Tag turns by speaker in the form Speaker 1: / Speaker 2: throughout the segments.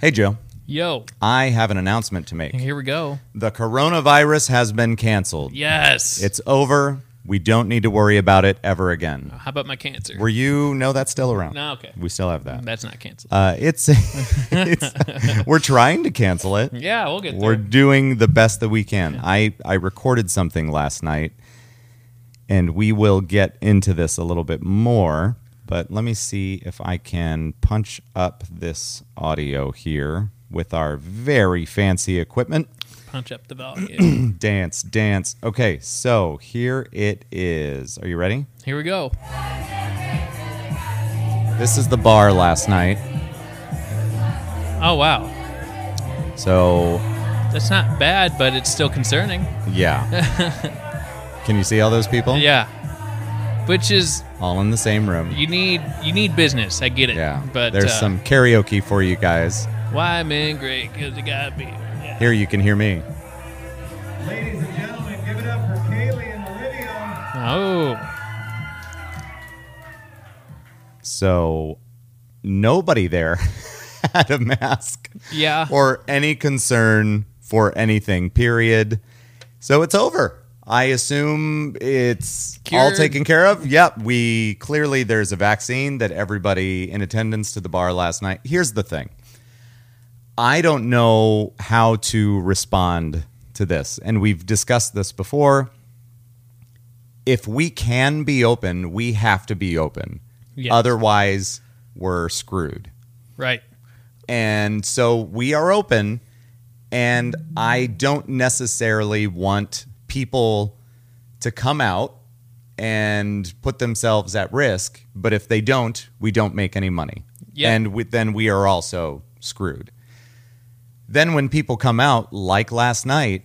Speaker 1: Hey, Joe.
Speaker 2: Yo,
Speaker 1: I have an announcement to make.
Speaker 2: here we go.
Speaker 1: The coronavirus has been canceled.
Speaker 2: Yes.
Speaker 1: It's over. We don't need to worry about it ever again.
Speaker 2: How about my cancer?
Speaker 1: Were you? No, that's still around.
Speaker 2: No, okay.
Speaker 1: We still have that.
Speaker 2: That's not canceled.
Speaker 1: Uh, it's, it's we're trying to cancel it.
Speaker 2: yeah, we'll get
Speaker 1: Uh, We're
Speaker 2: there.
Speaker 1: doing the best that we can. I I recorded something last night, and we will get into this a little bit more. But let me see if I can punch up this audio here with our very fancy equipment.
Speaker 2: Punch up the volume.
Speaker 1: Dance, dance. Okay, so here it is. Are you ready?
Speaker 2: here we go.
Speaker 1: This is the bar last night.
Speaker 2: Oh wow,
Speaker 1: So,
Speaker 2: that's not bad, but it's still concerning.
Speaker 1: yeah. can you see all those people?
Speaker 2: Yeah. Which is
Speaker 1: All in the same room.
Speaker 2: you need you need business. I get it.
Speaker 1: Yeah.
Speaker 2: But
Speaker 1: there's
Speaker 2: uh,
Speaker 1: some karaoke for you guys.
Speaker 2: why men great because it gotta be. Yeah.
Speaker 1: Here you can hear me.
Speaker 3: Ladies and gentlemen, give it up for Kaylee and Olivia.
Speaker 2: Oh,
Speaker 1: So nobody there had a mask
Speaker 2: yeah.
Speaker 1: or any concern for anything, period. So it's over. I assume it's all
Speaker 2: Cured.
Speaker 1: taken care of. Yep, we clearly there's a vaccine that everybody in attendance to the bar last night. Here's the thing. I don't know how to respond to this. And we've discussed this before. If we can be open, we have to be open.
Speaker 2: Yes.
Speaker 1: Otherwise, we're screwed.
Speaker 2: right.
Speaker 1: And so we are open. And I don't necessarily want people to come out and put themselves at risk. But if they don't, we don't make any money.
Speaker 2: Yeah.
Speaker 1: And we, then we are also screwed. Then when people come out, like last night,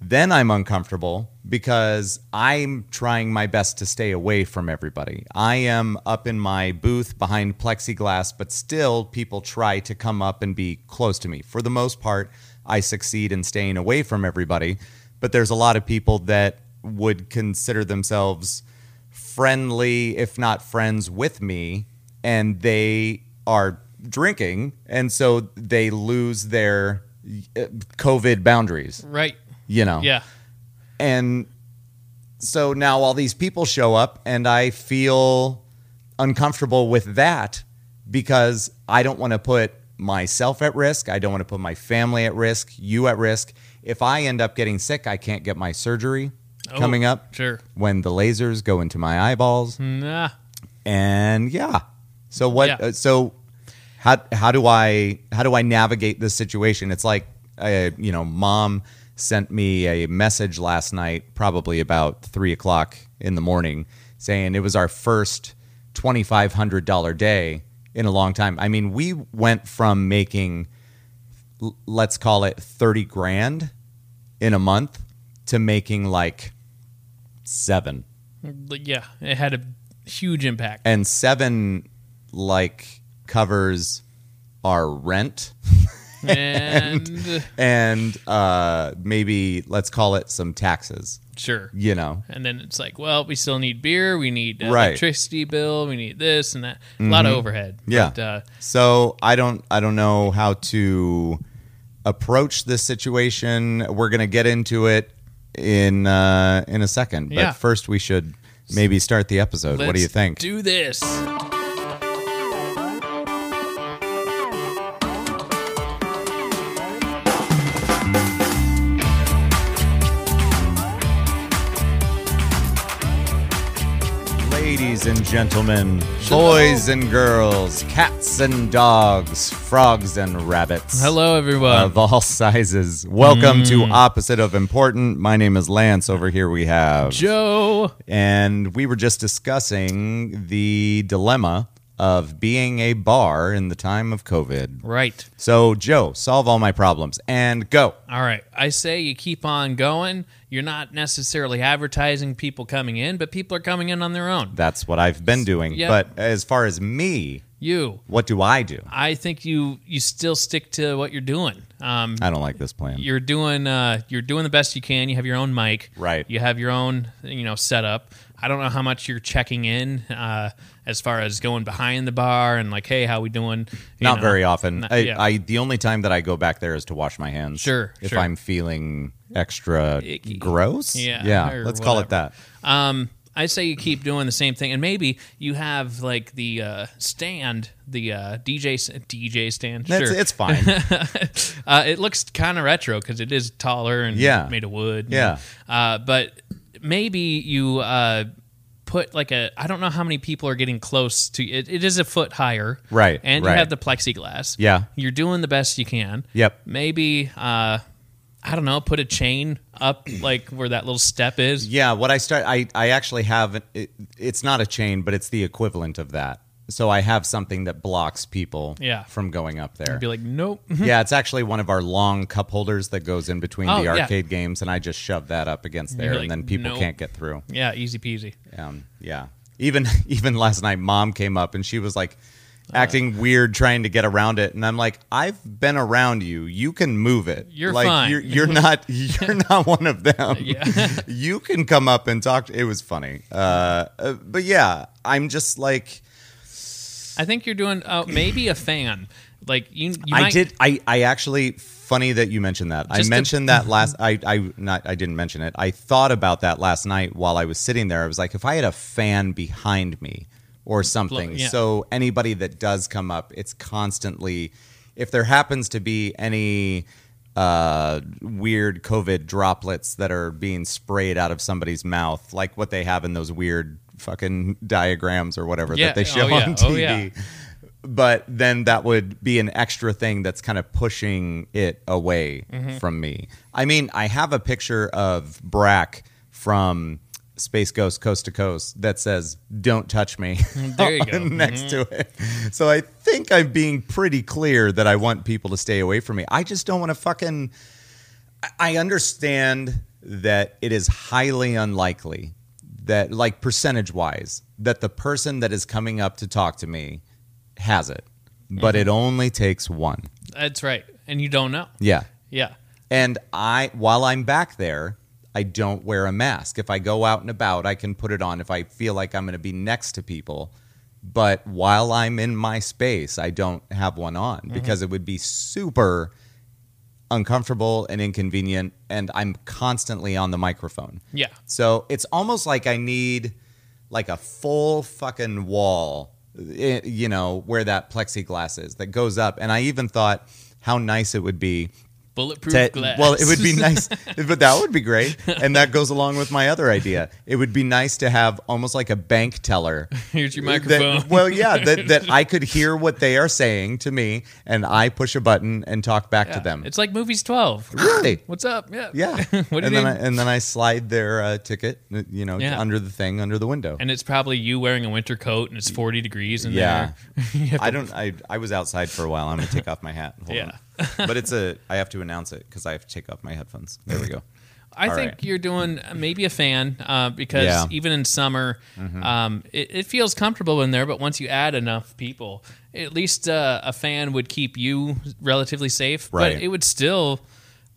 Speaker 1: then I'm uncomfortable because I'm trying my best to stay away from everybody. I am up in my booth behind plexiglass, but still people try to come up and be close to me. For the most part, I succeed in staying away from everybody, but there's a lot of people that would consider themselves friendly, if not friends with me, and they are drinking, and so they lose their uh, COVID boundaries
Speaker 2: Right.
Speaker 1: you know
Speaker 2: Yeah.
Speaker 1: and so now all these people show up and i feel uncomfortable with that because i don't want to put myself at risk i don't want to put my family at risk you at risk if i end up getting sick i can't get my surgery
Speaker 2: Oh,
Speaker 1: coming up
Speaker 2: Sure.
Speaker 1: when the lasers go into my eyeballs
Speaker 2: Nah.
Speaker 1: and yeah so what
Speaker 2: Yeah.
Speaker 1: uh, so how how do i how do i navigate this situation it's like uh, you know mom sent me a message last night probably about three o'clock in the morning saying it was our first $2500 day in a long time i mean we went from making l- let's call it 30 grand in a month to making like seven
Speaker 2: Yeah. It had a huge impact.
Speaker 1: and seven like covers our rent
Speaker 2: and
Speaker 1: and uh maybe let's call it some taxes
Speaker 2: sure.
Speaker 1: you know
Speaker 2: And then it's like, well, we still need beer, we need uh,
Speaker 1: Right. Mm-hmm.
Speaker 2: electricity bill, we need this and that. A lot of overhead.
Speaker 1: Yeah.
Speaker 2: But, uh,
Speaker 1: so i don't i don't know how to approach this situation we're gonna get into it in uh in a second but
Speaker 2: Yeah.
Speaker 1: first we should maybe start the episode what do you
Speaker 2: let's
Speaker 1: think
Speaker 2: Do this.
Speaker 1: Ladies and gentlemen, boys and girls, cats and dogs, frogs and rabbits.
Speaker 2: Hello, everyone.
Speaker 1: Of all sizes. Welcome
Speaker 2: Mm.
Speaker 1: to Opposite of Important. My name is Lance. Over here we have.
Speaker 2: Joe.
Speaker 1: And we were just discussing the dilemma of being a bar in the time of COVID.
Speaker 2: Right.
Speaker 1: So, Joe, solve all my problems and go.
Speaker 2: All right. I say you keep on going. You're not necessarily advertising people coming in, but people are coming in on their own.
Speaker 1: That's what I've been doing.
Speaker 2: Yeah.
Speaker 1: But as far as me,
Speaker 2: You.
Speaker 1: what do I do?
Speaker 2: I think you you still stick to what you're doing. Um,
Speaker 1: I don't like this plan.
Speaker 2: you're doing uh, you're doing the best you can. You have your own mic,
Speaker 1: Right.
Speaker 2: You have your own you know setup. I don't know how much you're checking in uh, as far as going behind the bar and like, hey, how we doing? You
Speaker 1: Not
Speaker 2: know.
Speaker 1: very often.
Speaker 2: Not-
Speaker 1: I,
Speaker 2: yeah.
Speaker 1: I the only time that I go back there is to wash my hands.
Speaker 2: Sure,
Speaker 1: If
Speaker 2: sure.
Speaker 1: I'm feeling extra
Speaker 2: Icky.
Speaker 1: gross.
Speaker 2: Yeah,
Speaker 1: Yeah.
Speaker 2: or
Speaker 1: Let's call it
Speaker 2: whatever.
Speaker 1: that.
Speaker 2: Um, I say you keep doing the same thing, and maybe you have like the uh, stand, the uh, DJ s- DJ stand.
Speaker 1: It's,
Speaker 2: sure,
Speaker 1: it's fine.
Speaker 2: uh, it looks kind of retro because it is taller and
Speaker 1: Yeah.
Speaker 2: made of wood.
Speaker 1: Yeah.
Speaker 2: Uh, but maybe you uh, put like a, I don't know how many people are getting close to it. It is a foot higher.
Speaker 1: Right,
Speaker 2: And you
Speaker 1: right.
Speaker 2: have the plexiglass.
Speaker 1: Yeah.
Speaker 2: You're doing the best you can.
Speaker 1: Yep.
Speaker 2: Maybe, uh, I don't know, put a chain up like where that little step is.
Speaker 1: Yeah, what I start, I, I actually have, it, it's not a chain, but it's the equivalent of that. So I have something that blocks people
Speaker 2: Yeah.
Speaker 1: from going up there.
Speaker 2: I'd be like, nope.
Speaker 1: yeah, it's actually one of our long cup holders that goes in between
Speaker 2: Oh,
Speaker 1: the
Speaker 2: yeah.
Speaker 1: arcade games, and I just shove that up against there,
Speaker 2: You're like,
Speaker 1: and then people
Speaker 2: "Nope."
Speaker 1: can't get through.
Speaker 2: yeah. Easy peasy.
Speaker 1: Um, yeah, even even last night, mom came up and she was like
Speaker 2: Uh.
Speaker 1: acting weird, trying to get around it, and I'm like, I've been around you. You can move it.
Speaker 2: You're
Speaker 1: like,
Speaker 2: fine."
Speaker 1: You're, you're not. You're not one of them.
Speaker 2: Yeah.
Speaker 1: you can come up and talk. To, it was funny. Uh, uh, but yeah, I'm just like.
Speaker 2: I think you're doing uh, maybe a fan. Like you, you
Speaker 1: I
Speaker 2: might,
Speaker 1: did. I, I actually funny that you mentioned that. I
Speaker 2: Just the-
Speaker 1: mentioned that last. I I not. I didn't mention it. I thought about that last night while I was sitting there. I was like, if I had a fan behind me or something,
Speaker 2: yeah.
Speaker 1: so anybody that does come up, it's constantly. If there happens to be any uh weird covid droplets that are being sprayed out of somebody's mouth like what they have in those weird fucking diagrams or whatever
Speaker 2: Yeah.
Speaker 1: that they show
Speaker 2: Oh, yeah.
Speaker 1: on
Speaker 2: Oh,
Speaker 1: tv
Speaker 2: yeah.
Speaker 1: but then that would be an extra thing that's kind of pushing it away from me. I mean, I have a picture of Brack from Space Ghost Coast to Coast that says "Don't touch me"
Speaker 2: There you go.
Speaker 1: next to it. So I think I'm being pretty clear that I want people to stay away from me. I just don't want to fucking. I- I understand that it is highly unlikely that, like percentage wise, that the person that is coming up to talk to me has it, but it only takes one.
Speaker 2: That's right. And you don't know.
Speaker 1: Yeah.
Speaker 2: Yeah.
Speaker 1: And I, while I'm back there, I don't wear a mask. If I go out and about, I can put it on if I feel like I'm going to be next to people. But while I'm in my space, I don't have one on because it would be super uncomfortable and inconvenient. And I'm constantly on the microphone.
Speaker 2: Yeah.
Speaker 1: So it's almost like I need like a full fucking wall, i- you know, where that plexiglass is that goes up. And I even thought how nice it would be
Speaker 2: Bulletproof
Speaker 1: to-
Speaker 2: glass.
Speaker 1: Well, it would be nice, but that would be great. And that goes along with my other idea. It would be nice to have almost like a bank teller.
Speaker 2: Here's your
Speaker 1: that-
Speaker 2: microphone.
Speaker 1: well, yeah, that, that I could hear what they are saying to me and I push a button and talk back
Speaker 2: Yeah.
Speaker 1: to them.
Speaker 2: It's like movies twelve.
Speaker 1: really?
Speaker 2: What's up? Yeah.
Speaker 1: Yeah.
Speaker 2: what do you
Speaker 1: and, then
Speaker 2: mean?
Speaker 1: I, and then I slide their uh, ticket, you know,
Speaker 2: Yeah.
Speaker 1: under the thing, under the window.
Speaker 2: and it's probably you wearing a winter coat and it's forty degrees in
Speaker 1: Yeah.
Speaker 2: there. You have to-
Speaker 1: I don't. I, I was outside for a while. I'm gonna take off my hat. Hold
Speaker 2: Yeah.
Speaker 1: on. but it's a. I have to announce it because I have to take off my headphones. There we go.
Speaker 2: I
Speaker 1: all
Speaker 2: think
Speaker 1: right.
Speaker 2: you're doing uh, maybe a fan uh, because
Speaker 1: Yeah. Mm-hmm.
Speaker 2: even in summer, um, it, it feels comfortable in there. But once you add enough people, at least uh, a fan would keep you relatively safe.
Speaker 1: Right.
Speaker 2: But it would still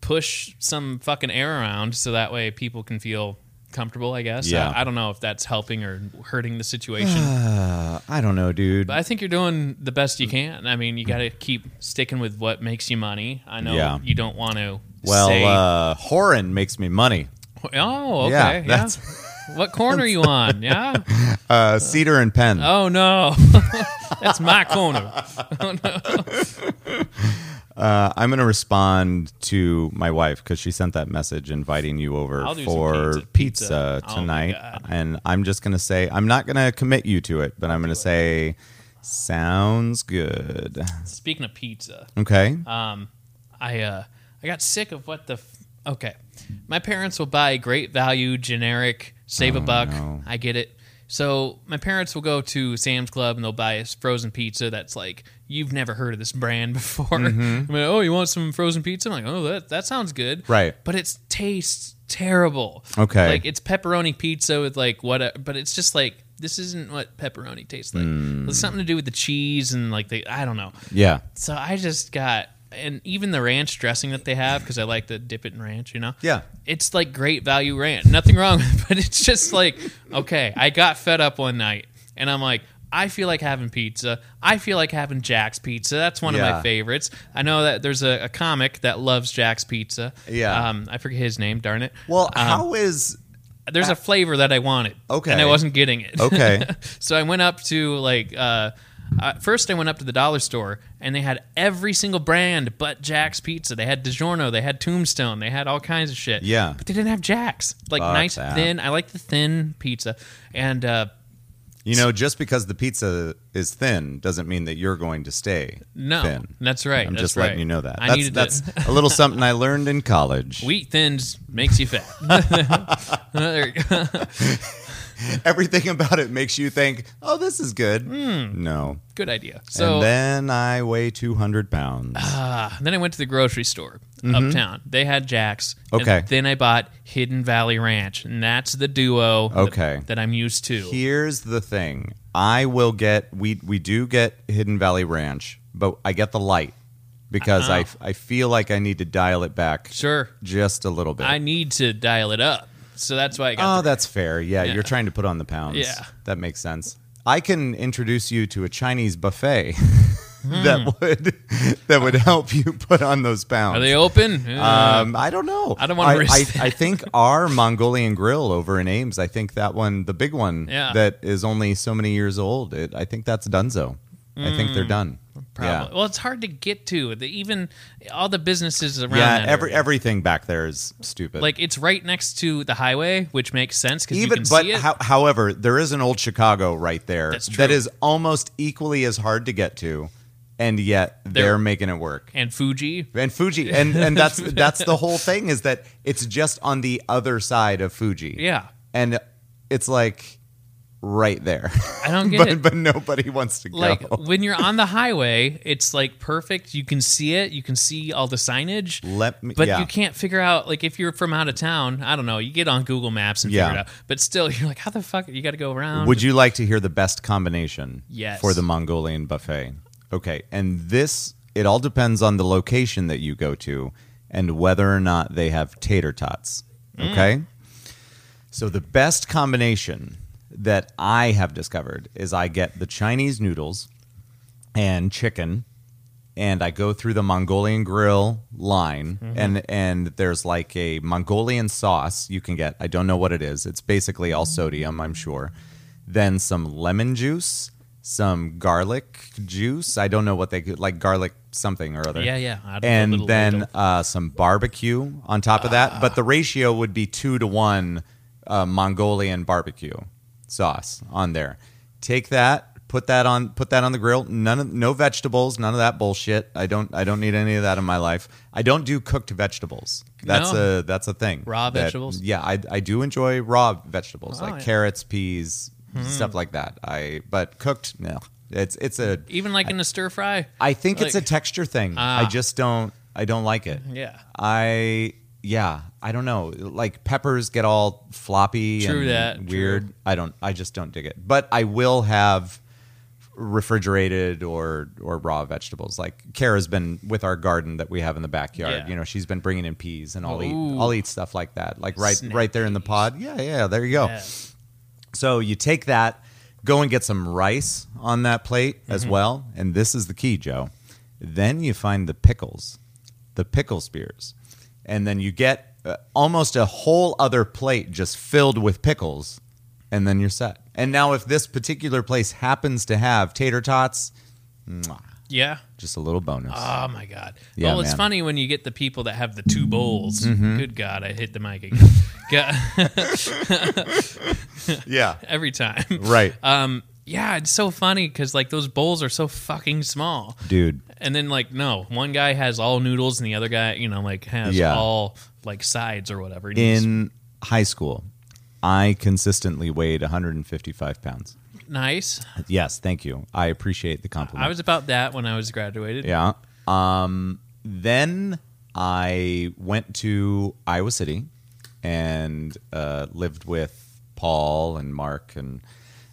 Speaker 2: push some fucking air around so that way people can feel comfortable. I guess.
Speaker 1: Yeah.
Speaker 2: I, I don't know if that's helping or hurting the situation.
Speaker 1: Uh, I don't know, dude.
Speaker 2: But I think you're doing the best you can. I mean, you got to keep sticking with what makes you money. I know
Speaker 1: Yeah.
Speaker 2: you don't want to
Speaker 1: Well,
Speaker 2: say,
Speaker 1: uh, Horan makes me money.
Speaker 2: "Oh, okay,
Speaker 1: yeah,
Speaker 2: yeah."
Speaker 1: that's-
Speaker 2: what corner are you on? Yeah.
Speaker 1: Uh, Cedar and Penn.
Speaker 2: Oh no, that's my corner. Oh,
Speaker 1: Uh, I'm gonna respond to my wife because she sent that message inviting you over
Speaker 2: I'll do some
Speaker 1: for pizza,
Speaker 2: pizza. Pizza. Oh my
Speaker 1: tonight,
Speaker 2: God.
Speaker 1: and I'm just gonna say I'm not gonna commit you to it, but I'm gonna say sounds good.
Speaker 2: Speaking of pizza,
Speaker 1: Okay.
Speaker 2: um, I uh, I got sick of what the. F- okay, my parents will buy great value, generic, save a buck.
Speaker 1: Oh, no.
Speaker 2: I get it. So my parents will go to Sam's Club and they'll buy us frozen pizza that's like you've never heard of this brand before.
Speaker 1: Mm-hmm.
Speaker 2: I mean, oh, you want some frozen pizza? I'm like, oh, that that sounds good,
Speaker 1: Right.
Speaker 2: But it tastes terrible.
Speaker 1: Okay.
Speaker 2: like it's pepperoni pizza with like what? a- but it's just like this isn't what
Speaker 1: Hmm.
Speaker 2: pepperoni tastes like. It's something to do with the cheese and like the I don't know.
Speaker 1: yeah.
Speaker 2: So I just got and even the ranch dressing that they have because I like to dip it in ranch. You know,
Speaker 1: Yeah.
Speaker 2: it's like great value ranch. Nothing wrong, with it, but it's just like okay, I got fed up one night, and I'm like. I feel like having pizza. I feel like having Jack's pizza. That's one of
Speaker 1: Yeah.
Speaker 2: my favorites. I know that there's a, a comic that loves Jack's pizza.
Speaker 1: Yeah.
Speaker 2: Um, I forget his name, darn it.
Speaker 1: Well,
Speaker 2: Um,
Speaker 1: how is
Speaker 2: there's a flavor that I wanted.
Speaker 1: Okay.
Speaker 2: And I wasn't getting it.
Speaker 1: Okay.
Speaker 2: so I went up to like uh, uh, first I went up to the dollar store and they had every single brand but Jack's Pizza. They had DiGiorno, they had Tombstone, they had all kinds of shit.
Speaker 1: Yeah.
Speaker 2: But they didn't have Jack's. Like
Speaker 1: Fuck
Speaker 2: nice
Speaker 1: that.
Speaker 2: thin. I like the thin pizza and uh,
Speaker 1: you know just because the pizza is thin doesn't mean that you're going to stay
Speaker 2: no,
Speaker 1: thin.
Speaker 2: that's right.
Speaker 1: I'm
Speaker 2: that's
Speaker 1: just
Speaker 2: right.
Speaker 1: letting you know that.
Speaker 2: I
Speaker 1: that's
Speaker 2: needed
Speaker 1: that's
Speaker 2: to-
Speaker 1: a little something I learned in college.
Speaker 2: wheat thins makes you fat. There you go.
Speaker 1: Everything about it makes you think, "Oh, this is good." No,
Speaker 2: Good idea. Hmm. So
Speaker 1: and then I weigh 200 pounds.
Speaker 2: Ah, then I went to the grocery store uptown. They had Jack's.
Speaker 1: Mm-hmm. Okay.
Speaker 2: And then I bought Hidden Valley Ranch, and that's the duo. that-
Speaker 1: Okay.
Speaker 2: That, I'm used to.
Speaker 1: Here's the thing: I will get we we do get Hidden Valley Ranch, but I get the light because
Speaker 2: Uh-huh.
Speaker 1: I I feel like I need to dial it back
Speaker 2: sure.
Speaker 1: just a little bit.
Speaker 2: I need to dial it up, so that's why I got.
Speaker 1: Oh, that's fair. Yeah,
Speaker 2: Yeah.
Speaker 1: you're trying to put on the pounds.
Speaker 2: Yeah.
Speaker 1: That makes sense. I can introduce you to a Chinese buffet
Speaker 2: Hmm.
Speaker 1: that would that would help you put on those pounds.
Speaker 2: the, are they open? Uh,
Speaker 1: um, I don't know.
Speaker 2: I don't wanna risk
Speaker 1: I,
Speaker 2: that.
Speaker 1: I, I think our Mongolian Grill over in Ames. I think that one, the big one,
Speaker 2: Yeah.
Speaker 1: that is only so many years old. It, I think that's Dunzo. I think they're done.
Speaker 2: Mm, probably.
Speaker 1: Yeah.
Speaker 2: Well, it's hard to get to. The, even all the businesses around.
Speaker 1: Yeah,
Speaker 2: that
Speaker 1: every
Speaker 2: area.
Speaker 1: everything back there is stupid.
Speaker 2: like it's right next to the highway, which makes sense because you
Speaker 1: even
Speaker 2: can
Speaker 1: but
Speaker 2: see it.
Speaker 1: how, however there is an old chicago right there
Speaker 2: That's
Speaker 1: that
Speaker 2: true.
Speaker 1: is almost equally as hard to get to and yet they're,
Speaker 2: They're-
Speaker 1: making it work
Speaker 2: and Fuji.
Speaker 1: and fuji and and that's that's the whole thing is that it's just on the other side of fuji
Speaker 2: Yeah.
Speaker 1: and it's like right there
Speaker 2: I don't get
Speaker 1: but
Speaker 2: it.
Speaker 1: but nobody wants to go
Speaker 2: like when you're on the highway, it's like perfect. You can see it. You can see all the signage.
Speaker 1: Let me-
Speaker 2: but
Speaker 1: yeah.
Speaker 2: you can't figure out like if you're from out of town. I don't know. You get on Google Maps and
Speaker 1: Yeah.
Speaker 2: figure it out. But still, you're like, how the fuck you got to go around?
Speaker 1: Would you like to hear the best combination
Speaker 2: um, Yes.
Speaker 1: for the Mongolian buffet? Okay. And this, it all depends on the location that you go to and whether or not they have tater tots.
Speaker 2: Mm.
Speaker 1: Okay. So the best combination that I have discovered is I get the Chinese noodles and chicken and I go through the Mongolian grill line
Speaker 2: Mm-hmm.
Speaker 1: and and there's like a Mongolian sauce you can get. I don't know what it is. It's basically all sodium, I'm sure. Then some lemon juice, some garlic juice. I don't know what they could like garlic something or other.
Speaker 2: Yeah, yeah. I don't know,
Speaker 1: And
Speaker 2: little-
Speaker 1: then
Speaker 2: little-
Speaker 1: uh, some barbecue on top of that, but the
Speaker 2: Ah.
Speaker 1: ratio would be two to one uh, Mongolian barbecue sauce on there. Take that, put that on, put that on the grill. None of no vegetables, none of that bullshit. I don't, I don't need any of that in my life. I don't do cooked vegetables. That's
Speaker 2: No.
Speaker 1: a that's a thing.
Speaker 2: Raw
Speaker 1: that-
Speaker 2: vegetables?
Speaker 1: Yeah, I I do enjoy raw vegetables
Speaker 2: Oh,
Speaker 1: like
Speaker 2: yeah. Hmm.
Speaker 1: carrots, peas, stuff like that. I but cooked, no. It's it's a
Speaker 2: even like in a stir fry.
Speaker 1: I think it's a
Speaker 2: Like-
Speaker 1: texture thing.
Speaker 2: Ah.
Speaker 1: I just don't. I don't like it.
Speaker 2: Yeah.
Speaker 1: I yeah. I don't know. Like peppers get all floppy
Speaker 2: True
Speaker 1: and
Speaker 2: that,
Speaker 1: weird.
Speaker 2: true.
Speaker 1: I don't. I just don't dig it. But I will have refrigerated or or raw vegetables. Like Kara's been with our garden that we have in the backyard.
Speaker 2: Yeah.
Speaker 1: You know, she's been bringing in peas, and I'll eat.
Speaker 2: Ooh.
Speaker 1: I'll eat stuff like that. Like right
Speaker 2: Snap
Speaker 1: right there in the pod. Yeah, yeah. There you go.
Speaker 2: Yeah.
Speaker 1: So you take that, go and get some rice on that plate as well. And this is the key, Joe. Then you find the pickles, the pickle spears. And then you get uh, almost a whole other plate just filled with pickles. And then you're set. And now, if this particular place happens to have tater tots, mwah,
Speaker 2: Yeah.
Speaker 1: just a little bonus.
Speaker 2: Oh my god.
Speaker 1: Yeah,
Speaker 2: well, it's
Speaker 1: man. Mm-hmm.
Speaker 2: funny when you get the people that have the two bowls. Good god, I hit the mic again. God,
Speaker 1: yeah.
Speaker 2: every time.
Speaker 1: Right.
Speaker 2: Um. Yeah, it's so funny because like those bowls are so fucking small.
Speaker 1: Dude.
Speaker 2: And then like no, one guy has all noodles and the other guy, you know, like has
Speaker 1: Yeah.
Speaker 2: all like sides or whatever. And he's-
Speaker 1: In high school, I consistently weighed 155 pounds.
Speaker 2: nice.
Speaker 1: Yes, thank you. I appreciate the compliment.
Speaker 2: I was about that when I was graduated.
Speaker 1: Yeah. Um, then I went to Iowa City and uh, lived with Paul and Mark and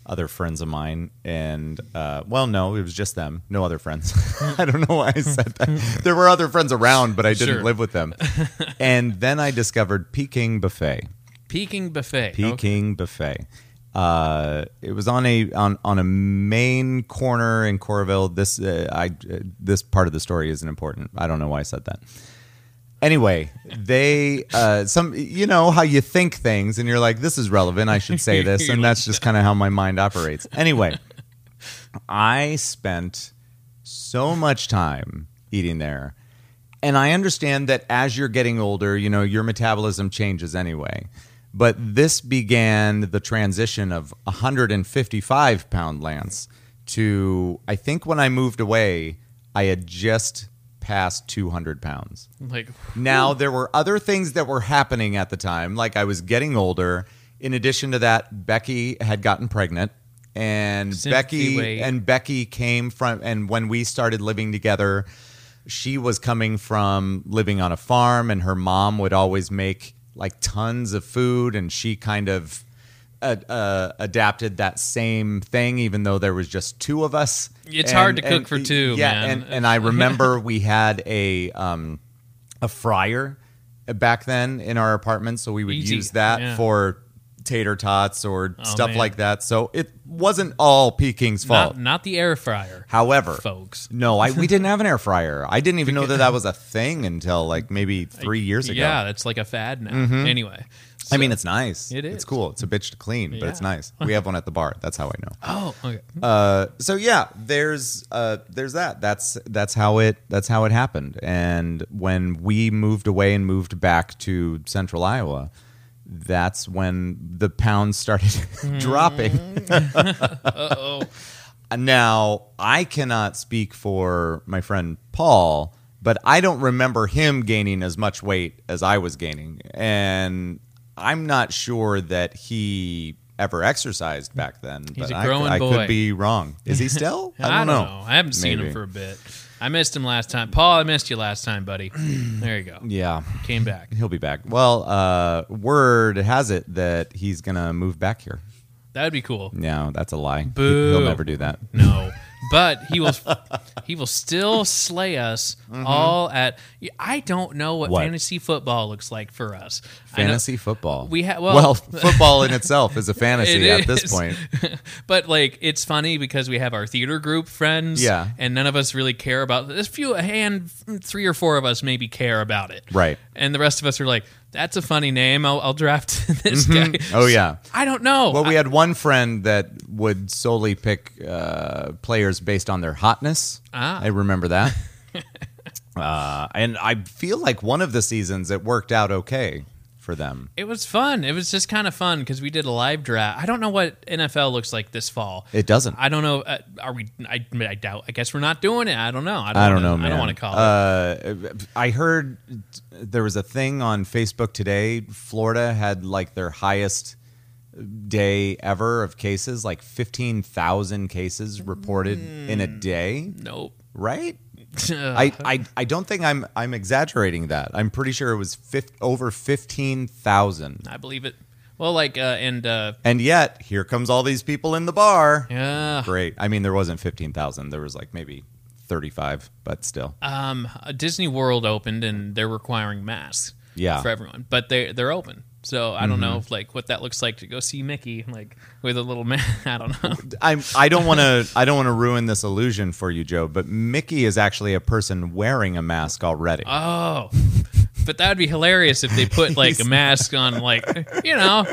Speaker 1: other friends of mine, and uh, well, no, it was just them. No other friends. I don't know why I said that. There were other friends around, but I didn't
Speaker 2: Sure.
Speaker 1: live with them. and then I discovered Peking Buffet.
Speaker 2: Peking buffet. Okay.
Speaker 1: Peking buffet. Uh, it was on a on on a main corner in Corville. This uh, I uh, this part of the story isn't important. I don't know why I said that. Anyway, they uh, some you know how you think things, and you're like, this is relevant. I should say this, and that's just kind of how my mind operates. Anyway, I spent so much time eating there. And I understand that as you're getting older, you know, your metabolism changes anyway. But this began the transition of 155 pound Lance to, I think when I moved away, I had just passed 200 pounds.
Speaker 2: Like
Speaker 1: Now, there were other things that were happening at the time, like I was getting older. In addition to that, Becky had gotten pregnant, and
Speaker 2: Sympathy
Speaker 1: Becky
Speaker 2: weight.
Speaker 1: and Becky came from and when we started living together, she was coming from living on a farm, and her mom would always make like tons of food, and she kind of. Uh, uh, adapted that same thing, even though there was just two of us.
Speaker 2: It's hard to cook for two,
Speaker 1: Yeah,
Speaker 2: man.
Speaker 1: and and I remember we had a um, a fryer back then in our apartment, so we would
Speaker 2: Easy,
Speaker 1: use that
Speaker 2: yeah. Oh,
Speaker 1: for tater tots or stuff
Speaker 2: man.
Speaker 1: like that. So it wasn't all Peking's fault.
Speaker 2: not, not the air fryer.
Speaker 1: However,
Speaker 2: folks.
Speaker 1: no, I, we didn't have an air fryer. I didn't even know that that was a thing until like maybe three years ago. Mm-hmm.
Speaker 2: Yeah, that's like a fad now. Anyway.
Speaker 1: I mean, it's nice.
Speaker 2: It
Speaker 1: It's
Speaker 2: is.
Speaker 1: cool. It's a bitch to clean, but it's
Speaker 2: Yeah.
Speaker 1: nice. We have one at the bar. That's how I know.
Speaker 2: Oh, okay.
Speaker 1: Uh, so yeah, there's uh, there's that. That's that's how it that's how it happened. And when we moved away and moved back to Central Iowa, that's when the pounds started dropping.
Speaker 2: Mm. Uh-oh.
Speaker 1: Now I cannot speak for my friend Paul, but I don't remember him gaining as much weight as I was gaining, and I'm not sure that he ever exercised back then.
Speaker 2: He's
Speaker 1: but
Speaker 2: a
Speaker 1: I-
Speaker 2: growing
Speaker 1: I,
Speaker 2: boy.
Speaker 1: could be wrong. Is he still? I don't, know.
Speaker 2: I haven't seen him
Speaker 1: Maybe.
Speaker 2: for a bit. I missed him last time. Paul, I missed you last time, buddy. There you go.
Speaker 1: Yeah,
Speaker 2: Came back.
Speaker 1: he'll be back. Well, uh, word has it that he's gonna move back here.
Speaker 2: That'd be cool.
Speaker 1: No, that's a lie. He-
Speaker 2: Boo.
Speaker 1: He'll never do that.
Speaker 2: No. But he will he will still slay us all at I don't know what,
Speaker 1: Mm-hmm. What?
Speaker 2: fantasy football looks like for us. I know-
Speaker 1: Fantasy football.
Speaker 2: We ha- well-
Speaker 1: football in itself is a fantasy
Speaker 2: It
Speaker 1: at this
Speaker 2: is.
Speaker 1: point.
Speaker 2: but like it's funny because we have our theater group friends
Speaker 1: Yeah.
Speaker 2: and none of us really care about there's few a hand three or four of us maybe care about it
Speaker 1: Right.
Speaker 2: and the rest of us are like that's a funny name i'll, I'll draft this guy
Speaker 1: Oh yeah.
Speaker 2: i don't know
Speaker 1: Well, we
Speaker 2: I,
Speaker 1: had one friend that would solely pick uh, players based on their hotness.
Speaker 2: Ah.
Speaker 1: I remember that. uh, and I feel like one of the seasons it worked out okay for them.
Speaker 2: it was fun it was just kind of fun because we did a live draft i don't know what nfl looks like this fall
Speaker 1: It doesn't.
Speaker 2: I don't know. Uh, are we? I, I doubt. I guess we're not doing it. I don't know. I don't,
Speaker 1: I don't
Speaker 2: wanna-
Speaker 1: know, man.
Speaker 2: I don't want to call it.
Speaker 1: Uh, I heard there was a thing on Facebook today. Florida had like their highest day ever of cases, like 15,000 cases reported in a day,
Speaker 2: Nope.
Speaker 1: right? I, I, I don't think I'm I'm exaggerating that. I'm pretty sure it was fif- over 15,000.
Speaker 2: I believe it. Well, like uh, and uh,
Speaker 1: And yet, here comes all these people in the bar.
Speaker 2: yeah.
Speaker 1: Great. I mean, there wasn't 15,000. There was like maybe 35, but still.
Speaker 2: um, uh, Disney World opened and they're requiring masks.
Speaker 1: Yeah. Mm-hmm.
Speaker 2: for everyone, but they they're open. So I don't know if, like what that looks like to go see Mickey like with a little man. I don't know.
Speaker 1: I'm I don't want to I don't want to ruin this illusion for you, Joe. But Mickey is actually a person wearing a mask already.
Speaker 2: Oh, but that would be hilarious if they put like a mask on. Like you know,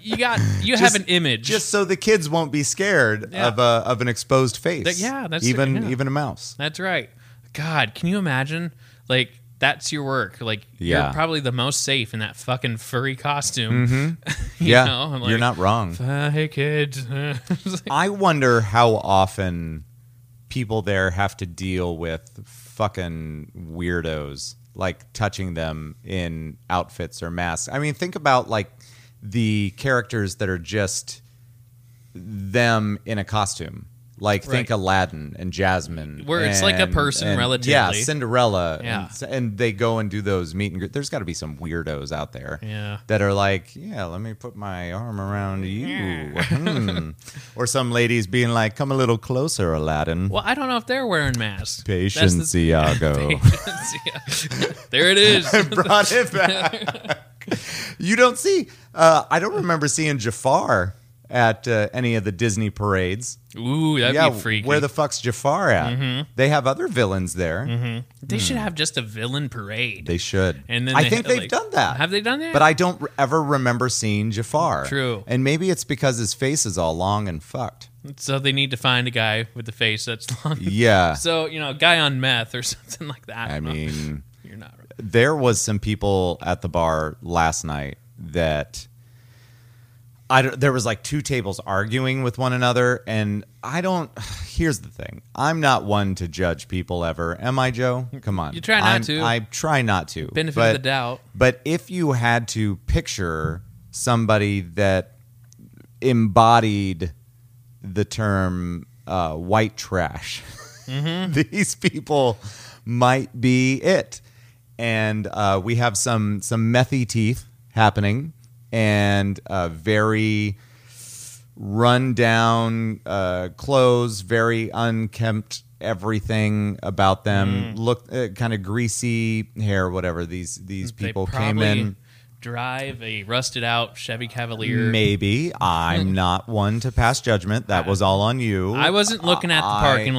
Speaker 2: you got you have an image.
Speaker 1: just so the kids won't be scared
Speaker 2: Yeah.
Speaker 1: of a of an exposed face.
Speaker 2: That- yeah, that's-
Speaker 1: even
Speaker 2: yeah.
Speaker 1: even a mouse.
Speaker 2: that's right. God, can you imagine? Like that's your work. Like
Speaker 1: Yeah.
Speaker 2: you're probably the most safe in that fucking furry costume. you
Speaker 1: yeah,
Speaker 2: know, I'm
Speaker 1: you're
Speaker 2: like-
Speaker 1: not wrong.
Speaker 2: Uh, hey kids.
Speaker 1: I wonder how often people there have to deal with fucking weirdos like touching them in outfits or masks. I mean, think about like the characters that are just them in a costume. Like think
Speaker 2: Right.
Speaker 1: Aladdin and Jasmine,
Speaker 2: Where it's like a
Speaker 1: and-
Speaker 2: person
Speaker 1: and- yeah,
Speaker 2: relatively.
Speaker 1: Cinderella,
Speaker 2: Yeah.
Speaker 1: And, and they go and do those meet and greet. There's got to be some weirdos out there,
Speaker 2: Yeah.
Speaker 1: that are like, yeah, let me put my arm around you, Hmm. or some ladies being like, come a little closer, Aladdin.
Speaker 2: Well, I don't know if they're wearing masks. That's the-
Speaker 1: Patience, Iago.
Speaker 2: Patience, yeah. there it is.
Speaker 1: brought it back. you don't see. Uh, I don't remember seeing Jafar at uh, any of the Disney parades.
Speaker 2: Ooh, that'd
Speaker 1: yeah,
Speaker 2: be freaky. Mm-hmm.
Speaker 1: where the fuck's Jafar at? They have other villains there.
Speaker 2: they should have just a villain parade.
Speaker 1: Hmm. They should.
Speaker 2: Mm-hmm. And then
Speaker 1: I
Speaker 2: they
Speaker 1: think
Speaker 2: had,
Speaker 1: they've
Speaker 2: like-
Speaker 1: done that.
Speaker 2: Have they done that?
Speaker 1: But I don't re- ever remember seeing Jafar.
Speaker 2: True.
Speaker 1: And maybe it's because his face is all long and fucked.
Speaker 2: so they need to find a guy with the face that's long.
Speaker 1: Yeah.
Speaker 2: So you know, a guy on meth or something like that.
Speaker 1: I
Speaker 2: don't know.
Speaker 1: mean.
Speaker 2: you're not. right.
Speaker 1: there was some people at the bar last night that I don't- there was like two tables arguing with one another and I don't here's the thing I'm not one to judge people ever am I Joe come on
Speaker 2: You try not
Speaker 1: I'm-
Speaker 2: to.
Speaker 1: I try not to
Speaker 2: Benefit
Speaker 1: but,
Speaker 2: of the doubt.
Speaker 1: but if you had to picture somebody that embodied the term uh, white trash,
Speaker 2: Mm-hmm.
Speaker 1: these people might be it. And uh, we have some some methy teeth happening, and uh, very run down uh, clothes, very unkempt everything about them.
Speaker 2: Mm.
Speaker 1: Look, uh, kind of greasy hair, whatever. These these people
Speaker 2: they
Speaker 1: came
Speaker 2: probably
Speaker 1: in.
Speaker 2: drive a rusted out Chevy Cavalier.
Speaker 1: Maybe I'm not one to pass judgment. That was all on you.
Speaker 2: I wasn't looking at the
Speaker 1: I-
Speaker 2: parking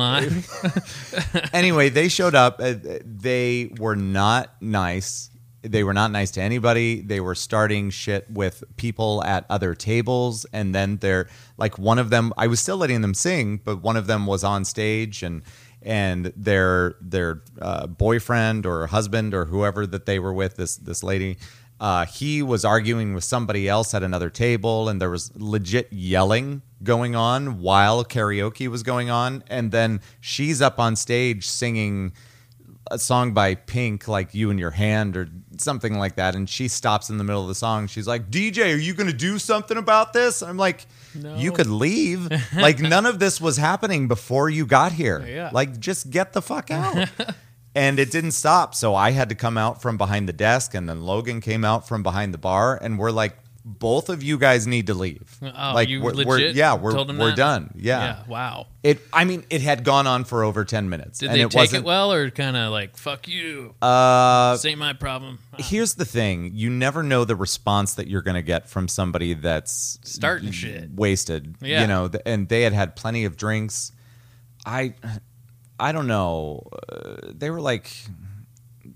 Speaker 2: lot.
Speaker 1: anyway, they showed up. Uh, They were not nice. They were not nice to anybody. They were starting shit with people at other tables. And then they're like one of them, I was still letting them sing, but one of them was on stage and and their their uh, boyfriend or husband or whoever that they were with this this lady uh, he was arguing with somebody else at another table, and there was legit yelling going on while karaoke was going on. And then she's up on stage singing a song by Pink, like You and Your Hand, or something like that. And she stops in the middle of the song. She's like, DJ, are you going to do something about this? I'm like,
Speaker 2: No.
Speaker 1: You could leave. like, none of this was happening before you got here.
Speaker 2: Yeah.
Speaker 1: Like, just get the fuck out. and it didn't stop. So I had to come out from behind the desk, and then Logan came out from behind the bar, and we're like, both of you guys need to leave.
Speaker 2: Oh,
Speaker 1: like,
Speaker 2: you
Speaker 1: we're,
Speaker 2: legit
Speaker 1: we're- yeah, we're
Speaker 2: told them
Speaker 1: we're
Speaker 2: that?
Speaker 1: done. Yeah.
Speaker 2: Wow.
Speaker 1: It. I mean, it had gone on for over ten minutes,
Speaker 2: Did
Speaker 1: and
Speaker 2: they
Speaker 1: it
Speaker 2: take
Speaker 1: wasn't.
Speaker 2: it well or kind of like fuck you?
Speaker 1: uh,
Speaker 2: this ain't my problem.
Speaker 1: Um, here's the thing: you never know the response that you're going to get from somebody that's
Speaker 2: Starting shit.
Speaker 1: wasted.
Speaker 2: Yeah.
Speaker 1: You know, th- and they had had plenty of drinks. I, I don't know. Uh, they were like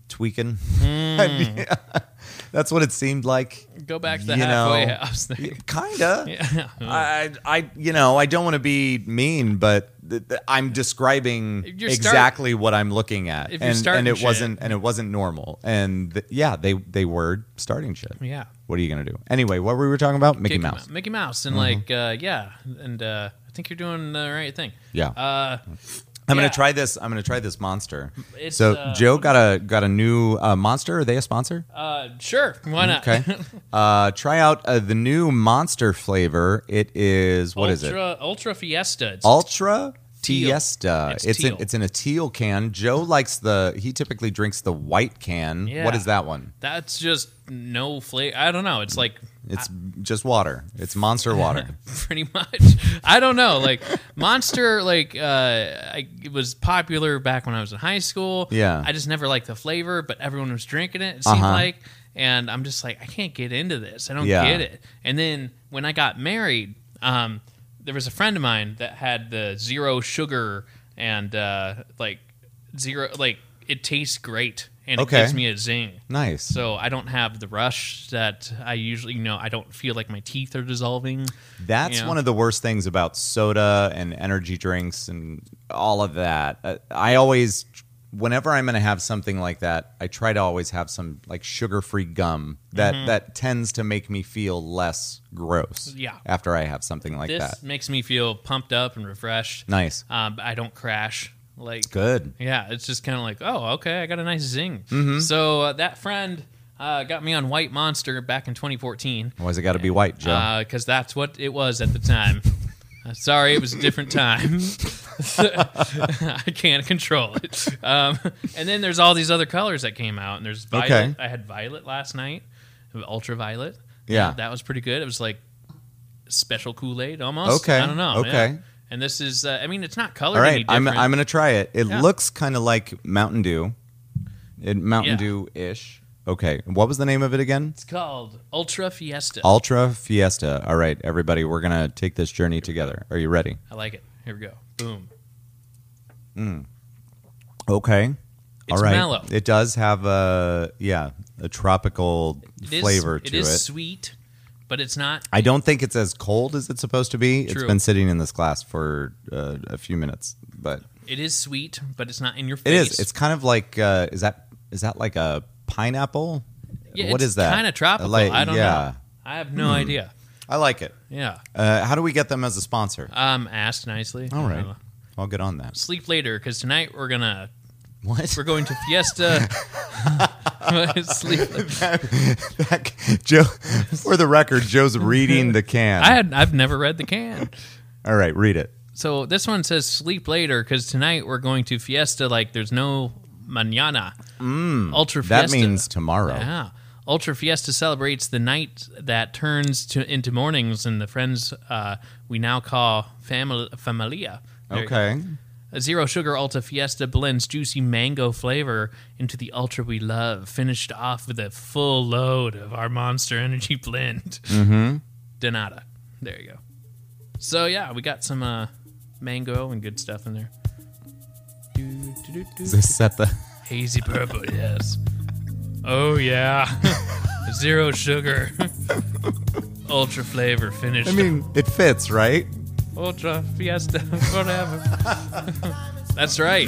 Speaker 1: tweaking. I mean,
Speaker 2: Hmm.
Speaker 1: that's what it seemed like.
Speaker 2: Go back to the
Speaker 1: you
Speaker 2: halfway
Speaker 1: know,
Speaker 2: house. There.
Speaker 1: Kinda.
Speaker 2: Yeah.
Speaker 1: I, I, you know, I don't want to be mean, but th- th- I'm describing
Speaker 2: If you're start-
Speaker 1: exactly what I'm looking at,
Speaker 2: If you're
Speaker 1: and,
Speaker 2: starting
Speaker 1: and it
Speaker 2: shit.
Speaker 1: wasn't, and it wasn't normal, and th- yeah, they they were starting shit.
Speaker 2: Yeah.
Speaker 1: What are you gonna do anyway? What were we talking about? Mickey
Speaker 2: Mickey
Speaker 1: Mouse. Mm-hmm.
Speaker 2: Mickey Mouse, and like, uh, yeah, and uh, I think you're doing the right thing.
Speaker 1: Yeah.
Speaker 2: Uh,
Speaker 1: I'm
Speaker 2: yeah.
Speaker 1: gonna try this. I'm gonna try this monster.
Speaker 2: It's,
Speaker 1: so
Speaker 2: uh,
Speaker 1: Joe got a got a new uh, monster. Are they a sponsor?
Speaker 2: Uh, sure. Why not?
Speaker 1: Okay. uh, try out uh, the new monster flavor. It is what
Speaker 2: Ultra,
Speaker 1: is it?
Speaker 2: Ultra Fiesta. It's
Speaker 1: Ultra
Speaker 2: Teal.
Speaker 1: Tiesta.
Speaker 2: It's
Speaker 1: It's,
Speaker 2: teal.
Speaker 1: in it's in a teal can. Joe likes the he typically drinks the white can.
Speaker 2: Yeah.
Speaker 1: What is that one?
Speaker 2: That's just no flavor. I don't know. It's like
Speaker 1: It's just water. It's monster water.
Speaker 2: pretty much. I don't know. Like Monster, like uh, I, it was popular back when I was in high school.
Speaker 1: Yeah.
Speaker 2: I just never liked the flavor, but everyone was drinking it. It seemed
Speaker 1: Uh-huh.
Speaker 2: like, and I'm just like, I can't get into this. I don't
Speaker 1: Yeah.
Speaker 2: get it. And then when I got married, um, there was a friend of mine that had the zero sugar and uh, like zero, like it tastes great and
Speaker 1: Okay.
Speaker 2: it gives me a zing.
Speaker 1: nice.
Speaker 2: So I don't have the rush that I usually, you know, I don't feel like my teeth are dissolving.
Speaker 1: That's
Speaker 2: Yeah.
Speaker 1: one of the worst things about soda and energy drinks and all of that. Uh, I always, whenever I'm going to have something like that, I try to always have some like sugar-free gum that
Speaker 2: Mm-hmm.
Speaker 1: that tends to make me feel less gross.
Speaker 2: Yeah.
Speaker 1: After I have something like
Speaker 2: this
Speaker 1: that,
Speaker 2: makes me feel pumped up and refreshed.
Speaker 1: nice,
Speaker 2: Um, I don't crash. Like,
Speaker 1: good.
Speaker 2: yeah, it's just kind of like, oh, okay, I got a nice zing.
Speaker 1: Mm-hmm.
Speaker 2: So uh, that friend uh, got me on White Monster back in 2014 Uh,
Speaker 1: Why's it got to be white, Joe?
Speaker 2: because that's what it was at the time. Uh, Sorry, it was a different time. I can't control it. Um, and then there's all these other colors that came out, and there's violet.
Speaker 1: Okay.
Speaker 2: I had violet last night, ultraviolet.
Speaker 1: Yeah.
Speaker 2: that was pretty good. It was like special Kool Aid almost.
Speaker 1: Okay,
Speaker 2: I don't know. yeah.
Speaker 1: okay.
Speaker 2: And this is, uh, I mean, it's not colored
Speaker 1: All
Speaker 2: any
Speaker 1: right, I'm
Speaker 2: different.
Speaker 1: I'm gonna try it. It
Speaker 2: Yeah.
Speaker 1: looks kind of like Mountain Dew, it, Mountain
Speaker 2: Yeah.
Speaker 1: Dew ish. Okay, what was the name of it again?
Speaker 2: it's called Ultra Fiesta.
Speaker 1: Ultra Fiesta. All right, everybody, we're gonna take this journey together. Are you ready?
Speaker 2: I like it. Here we go. Boom.
Speaker 1: Okay.
Speaker 2: It's
Speaker 1: All right.
Speaker 2: mellow.
Speaker 1: It does have a yeah a tropical
Speaker 2: It is-
Speaker 1: flavor to
Speaker 2: It
Speaker 1: it.
Speaker 2: is sweet, but it's not.
Speaker 1: I don't think it's as cold as it's supposed to be. It's
Speaker 2: True.
Speaker 1: been sitting in this glass for uh, a few minutes, but
Speaker 2: It is sweet, but it's not in your
Speaker 1: it
Speaker 2: face.
Speaker 1: is. It's kind of like uh, is that is that like a pineapple?
Speaker 2: Yeah,
Speaker 1: what
Speaker 2: it's
Speaker 1: is that?
Speaker 2: Kind of tropical.
Speaker 1: Like-
Speaker 2: I don't
Speaker 1: yeah. Hmm.
Speaker 2: know. I have no idea.
Speaker 1: I like it.
Speaker 2: Yeah.
Speaker 1: Uh, how do we get them as a sponsor?
Speaker 2: Um, asked nicely.
Speaker 1: All right,
Speaker 2: Uh,
Speaker 1: I'll get on that.
Speaker 2: sleep later because tonight we're gonna
Speaker 1: What?
Speaker 2: we're going to Fiesta. sleep. later.
Speaker 1: Joe, for the record, Joe's reading the can.
Speaker 2: I had I've never read the can.
Speaker 1: All right, read it.
Speaker 2: So this one says sleep later because tonight we're going to Fiesta. Like there's no mañana. Mm, Ultra
Speaker 1: That
Speaker 2: Fiesta.
Speaker 1: means tomorrow.
Speaker 2: Yeah. Ultra Fiesta celebrates the night that turns to into mornings and the friends uh, we now call famil- familia. There you go.
Speaker 1: Okay.
Speaker 2: A zero sugar Ultra Fiesta blends juicy mango flavor into the Ultra we love, finished off with a full load of our Monster Energy blend. Mm-hmm. Donata. There you go. So yeah, we got some uh, mango and good stuff in there. Doo, doo, doo, doo.
Speaker 1: Does this set the?
Speaker 2: Hazy purple, yes. Oh yeah. Zero sugar. Ultra flavor finished.
Speaker 1: I mean, it fits, right?
Speaker 2: Ultra Fiesta forever. That's right.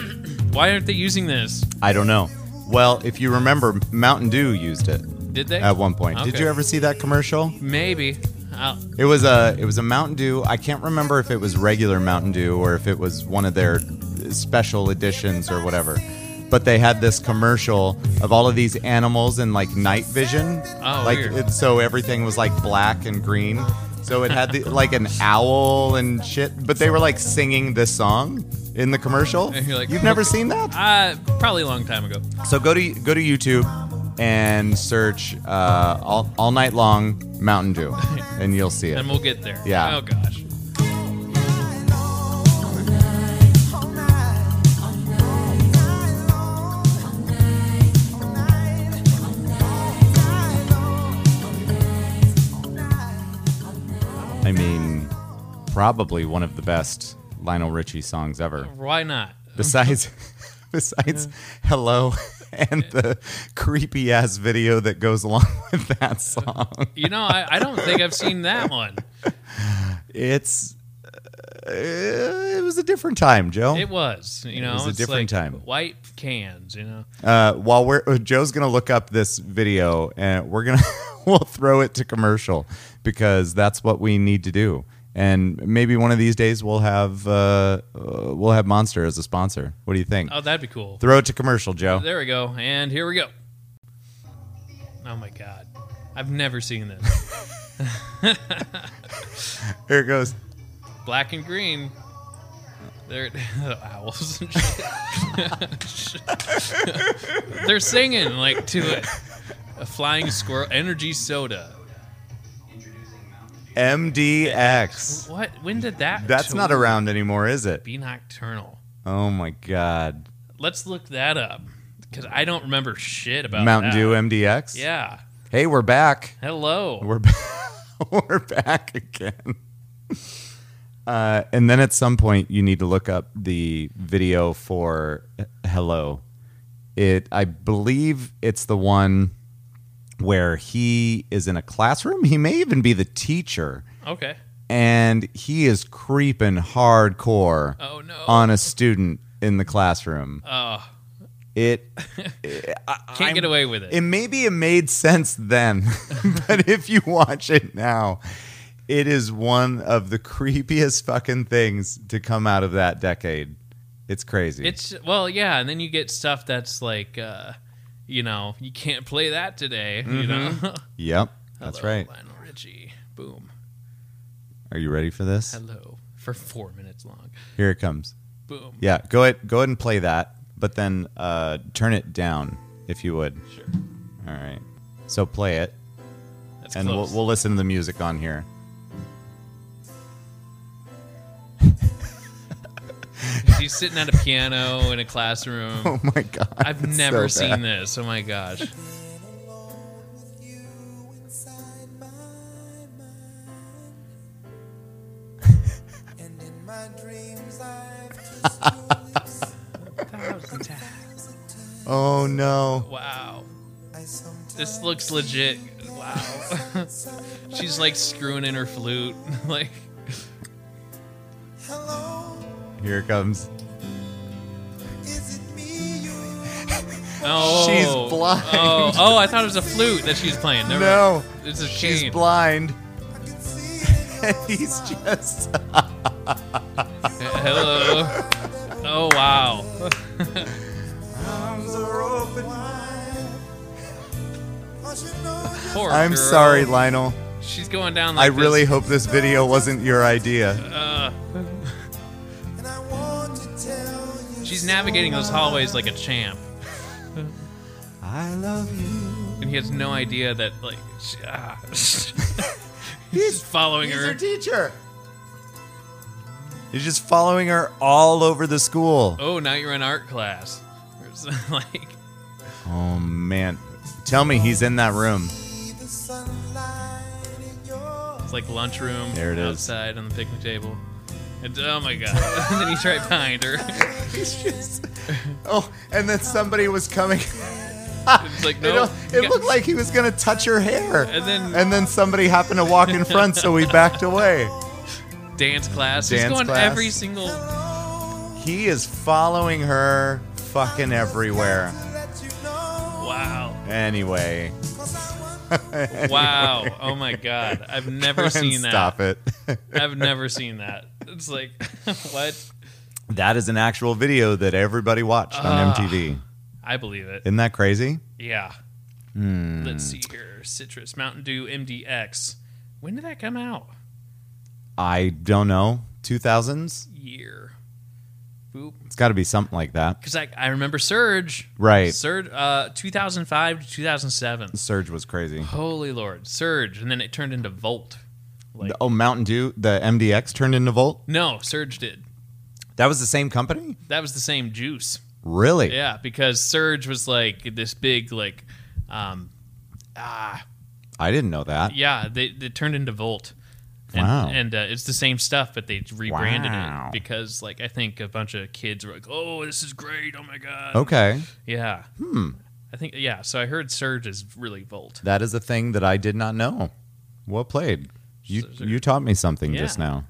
Speaker 2: Why aren't they using this?
Speaker 1: I don't know. Well, if you remember, Mountain Dew used it
Speaker 2: Did they?
Speaker 1: at one point. Did
Speaker 2: Okay.
Speaker 1: you ever see that commercial?
Speaker 2: Maybe. I'll,
Speaker 1: It was a it was a Mountain Dew. I can't remember if it was regular Mountain Dew or if it was one of their special editions or whatever. But they had this commercial of all of these animals in like night vision.
Speaker 2: Oh,
Speaker 1: like
Speaker 2: weird.
Speaker 1: It, so everything was like black and green. So it had the, like an owl and shit, but they were like singing this song in the commercial.
Speaker 2: And you're like,
Speaker 1: You've never
Speaker 2: okay.
Speaker 1: seen that?
Speaker 2: uh, probably a long time ago.
Speaker 1: So go to go to YouTube and search uh, all, all night long Mountain Dew, and you'll see it.
Speaker 2: And we'll get there.
Speaker 1: Yeah.
Speaker 2: Oh gosh.
Speaker 1: I mean, probably one of the best Lionel Richie songs ever.
Speaker 2: Why not?
Speaker 1: Besides, besides Hello and the creepy ass video that goes along with that song.
Speaker 2: You know, I, I don't think I've seen that one.
Speaker 1: It's uh, it was a different time, Joe.
Speaker 2: It was, you know,
Speaker 1: was a
Speaker 2: it's
Speaker 1: different
Speaker 2: like
Speaker 1: time.
Speaker 2: White cans, you know.
Speaker 1: Uh, while we're uh, Joe's gonna look up this video, and we're gonna we'll throw it to commercial because that's what we need to do. And maybe one of these days we'll have uh, uh, we'll have Monster as a sponsor. What do you think?
Speaker 2: Oh, that'd be cool.
Speaker 1: Throw it to commercial, Joe.
Speaker 2: There we go. And here we go. Oh my god. I've never seen this.
Speaker 1: Here it goes.
Speaker 2: Black and green. They're the owls and shit. They're singing like to it. A flying squirrel energy soda.
Speaker 1: MDX.
Speaker 2: What when did that
Speaker 1: That's not
Speaker 2: totally
Speaker 1: around anymore, is it?
Speaker 2: be nocturnal.
Speaker 1: Oh my God.
Speaker 2: Let's look that up. Cause I don't remember shit about
Speaker 1: Mountain
Speaker 2: that.
Speaker 1: Dew MDX.
Speaker 2: Oh, Yeah.
Speaker 1: Hey, we're back.
Speaker 2: Hello.
Speaker 1: We're back. we're back again. Uh, and then at some point, you need to look up the video for Hello. It, I believe, it's the one where he is in a classroom. He may even be the teacher,
Speaker 2: okay.
Speaker 1: and he is creeping hardcore
Speaker 2: Oh no.
Speaker 1: on a student in the classroom.
Speaker 2: oh.
Speaker 1: It
Speaker 2: Can't get away with it.
Speaker 1: it maybe it made sense then, but if you watch it now, it is one of the creepiest fucking things to come out of that decade. It's crazy.
Speaker 2: It's well, yeah, and then you get stuff that's like, uh, you know, you can't play that today. You
Speaker 1: Mm-hmm.
Speaker 2: know,
Speaker 1: yep, that's
Speaker 2: Hello,
Speaker 1: right.
Speaker 2: Lionel Richie, boom.
Speaker 1: Are you ready for this?
Speaker 2: Hello, for four minutes long.
Speaker 1: Here it comes.
Speaker 2: Boom.
Speaker 1: Yeah, go ahead, go ahead and play that, but then uh, turn it down if you would.
Speaker 2: Sure.
Speaker 1: All right. So play it,
Speaker 2: That's
Speaker 1: and we'll,
Speaker 2: close.
Speaker 1: we'll listen to the music on here.
Speaker 2: He's sitting at a piano in a classroom.
Speaker 1: Oh my god!
Speaker 2: I've
Speaker 1: it's
Speaker 2: never
Speaker 1: so bad.
Speaker 2: seen this. Oh my gosh.
Speaker 4: And in my dreams, I've
Speaker 1: Oh no!
Speaker 2: Wow.
Speaker 4: I sometimes
Speaker 2: This looks legit. Wow. She's like screwing in her flute. like
Speaker 4: hello.
Speaker 1: Here it comes.
Speaker 4: Is it me you
Speaker 2: oh.
Speaker 1: She's blind.
Speaker 2: Oh, oh, I thought it was a flute that she's playing. Never
Speaker 1: No,
Speaker 2: mind. It's a
Speaker 1: she's
Speaker 2: cane.
Speaker 1: blind.
Speaker 4: I can see?
Speaker 1: And he's just.
Speaker 2: Hello. Oh wow.
Speaker 4: Arms are open wide. 'Cause you know you
Speaker 2: Poor
Speaker 1: I'm
Speaker 2: girl.
Speaker 1: sorry, Lionel.
Speaker 2: She's going down.
Speaker 1: I
Speaker 2: Like
Speaker 1: really
Speaker 2: This.
Speaker 1: hope this video wasn't your idea.
Speaker 2: Uh,
Speaker 4: and I want to tell you.
Speaker 2: she's navigating those hallways like a champ,
Speaker 1: I love you.
Speaker 2: and he has no idea that like. She, ah. He's following
Speaker 1: He's
Speaker 2: her.
Speaker 1: your teacher. He's just following her all over the school.
Speaker 2: oh, now you're in art class. There's, like,
Speaker 1: Oh man, tell me he's in that room.
Speaker 4: see the sunlight in your
Speaker 2: it's like lunchroom.
Speaker 1: There it is.
Speaker 2: outside on the picnic table. And, oh my god! and then he's right behind her.
Speaker 1: He's just. Oh, and then somebody was coming.
Speaker 2: It's like
Speaker 1: You
Speaker 2: no.
Speaker 1: know, it looked like he was gonna touch her hair,
Speaker 2: And then-
Speaker 1: and then somebody happened to walk in front, so we backed away.
Speaker 2: dance class. he's
Speaker 1: Dance
Speaker 2: going
Speaker 1: class.
Speaker 2: every single.
Speaker 1: He is following her fucking everywhere.
Speaker 4: to let you know.
Speaker 2: Wow.
Speaker 1: Anyway,
Speaker 4: 'Cause I want
Speaker 2: Wow. Oh my god. I've never seen that.
Speaker 1: stop it.
Speaker 2: I've never seen that. It's like what?
Speaker 1: that is an actual video that everybody watched on MTV.
Speaker 2: I believe it.
Speaker 1: Isn't that crazy?
Speaker 2: Yeah. Let's see here. Citrus Mountain Dew MDX. When did that come out?
Speaker 1: I don't know. Two thousands.
Speaker 2: Year. Boop.
Speaker 1: It's got to be something like that,
Speaker 2: Because I, I remember Surge.
Speaker 1: right?
Speaker 2: Surge. Uh, 2005 to 2007.
Speaker 1: Surge was crazy.
Speaker 2: Holy Lord, Surge, and then it turned into Volt. Like
Speaker 1: oh, Mountain Dew, the MDX turned into Volt.
Speaker 2: no, Surge did.
Speaker 1: That was the same company?
Speaker 2: That was the same juice.
Speaker 1: Really?
Speaker 2: Yeah, because Surge was like this big like, um, ah,
Speaker 1: I didn't know that.
Speaker 2: Yeah, they, they turned into Volt. And,
Speaker 1: Wow.
Speaker 2: and uh, it's the same stuff, but they rebranded
Speaker 1: Wow.
Speaker 2: it because, like, I think a bunch of kids were like, "Oh, this is great! Oh my god!"
Speaker 1: Okay.
Speaker 2: Yeah. Hmm. I think yeah. So I heard Surge is really Volt.
Speaker 1: That is a thing that I did not know. Well played. You
Speaker 2: So- so-
Speaker 1: you taught me something
Speaker 2: Yeah.
Speaker 1: just now.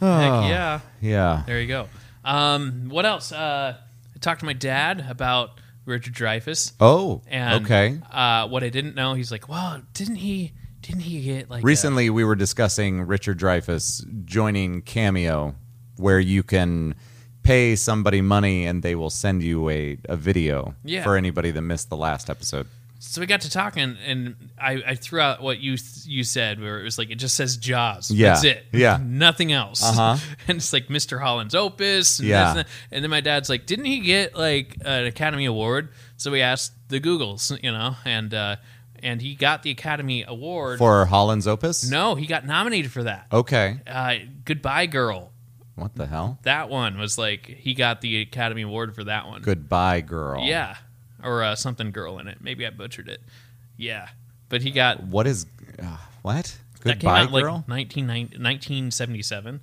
Speaker 2: Heck yeah.
Speaker 1: Yeah.
Speaker 2: Oh. There you go. Um, what else? Uh, I talked to my dad about Richard Dreyfus.
Speaker 1: Oh,
Speaker 2: And,
Speaker 1: okay.
Speaker 2: Uh, what I didn't know, he's like, "Well, didn't he? Didn't he get like a-"
Speaker 1: Recently, we were discussing Richard Dreyfuss joining Cameo, where you can pay somebody money and they will send you a, a video
Speaker 2: Yeah.
Speaker 1: for anybody that missed the last episode.
Speaker 2: So we got to talking, and I, I threw out what you you said, where it was like it just says Jaws.
Speaker 1: Yeah.
Speaker 2: that's it.
Speaker 1: Yeah.
Speaker 2: nothing else.
Speaker 1: Uh-huh.
Speaker 2: And it's like Mr. Holland's Opus. And
Speaker 1: Yeah.
Speaker 2: this and, that. and then my dad's like, didn't he get like an Academy Award? So we asked the Googles, you know, and uh, and he got the Academy Award.
Speaker 1: For Holland's Opus?
Speaker 2: no, he got nominated for that.
Speaker 1: Okay.
Speaker 2: Uh, Goodbye Girl.
Speaker 1: What the hell?
Speaker 2: That one was like he got the Academy Award for that one.
Speaker 1: Goodbye, girl.
Speaker 2: Yeah, or uh, something girl in it. Maybe I butchered it. Yeah, but he got
Speaker 1: What is. Uh, what?
Speaker 2: that came out
Speaker 1: Goodbye,
Speaker 2: in, like
Speaker 1: girl?
Speaker 2: 19, 1977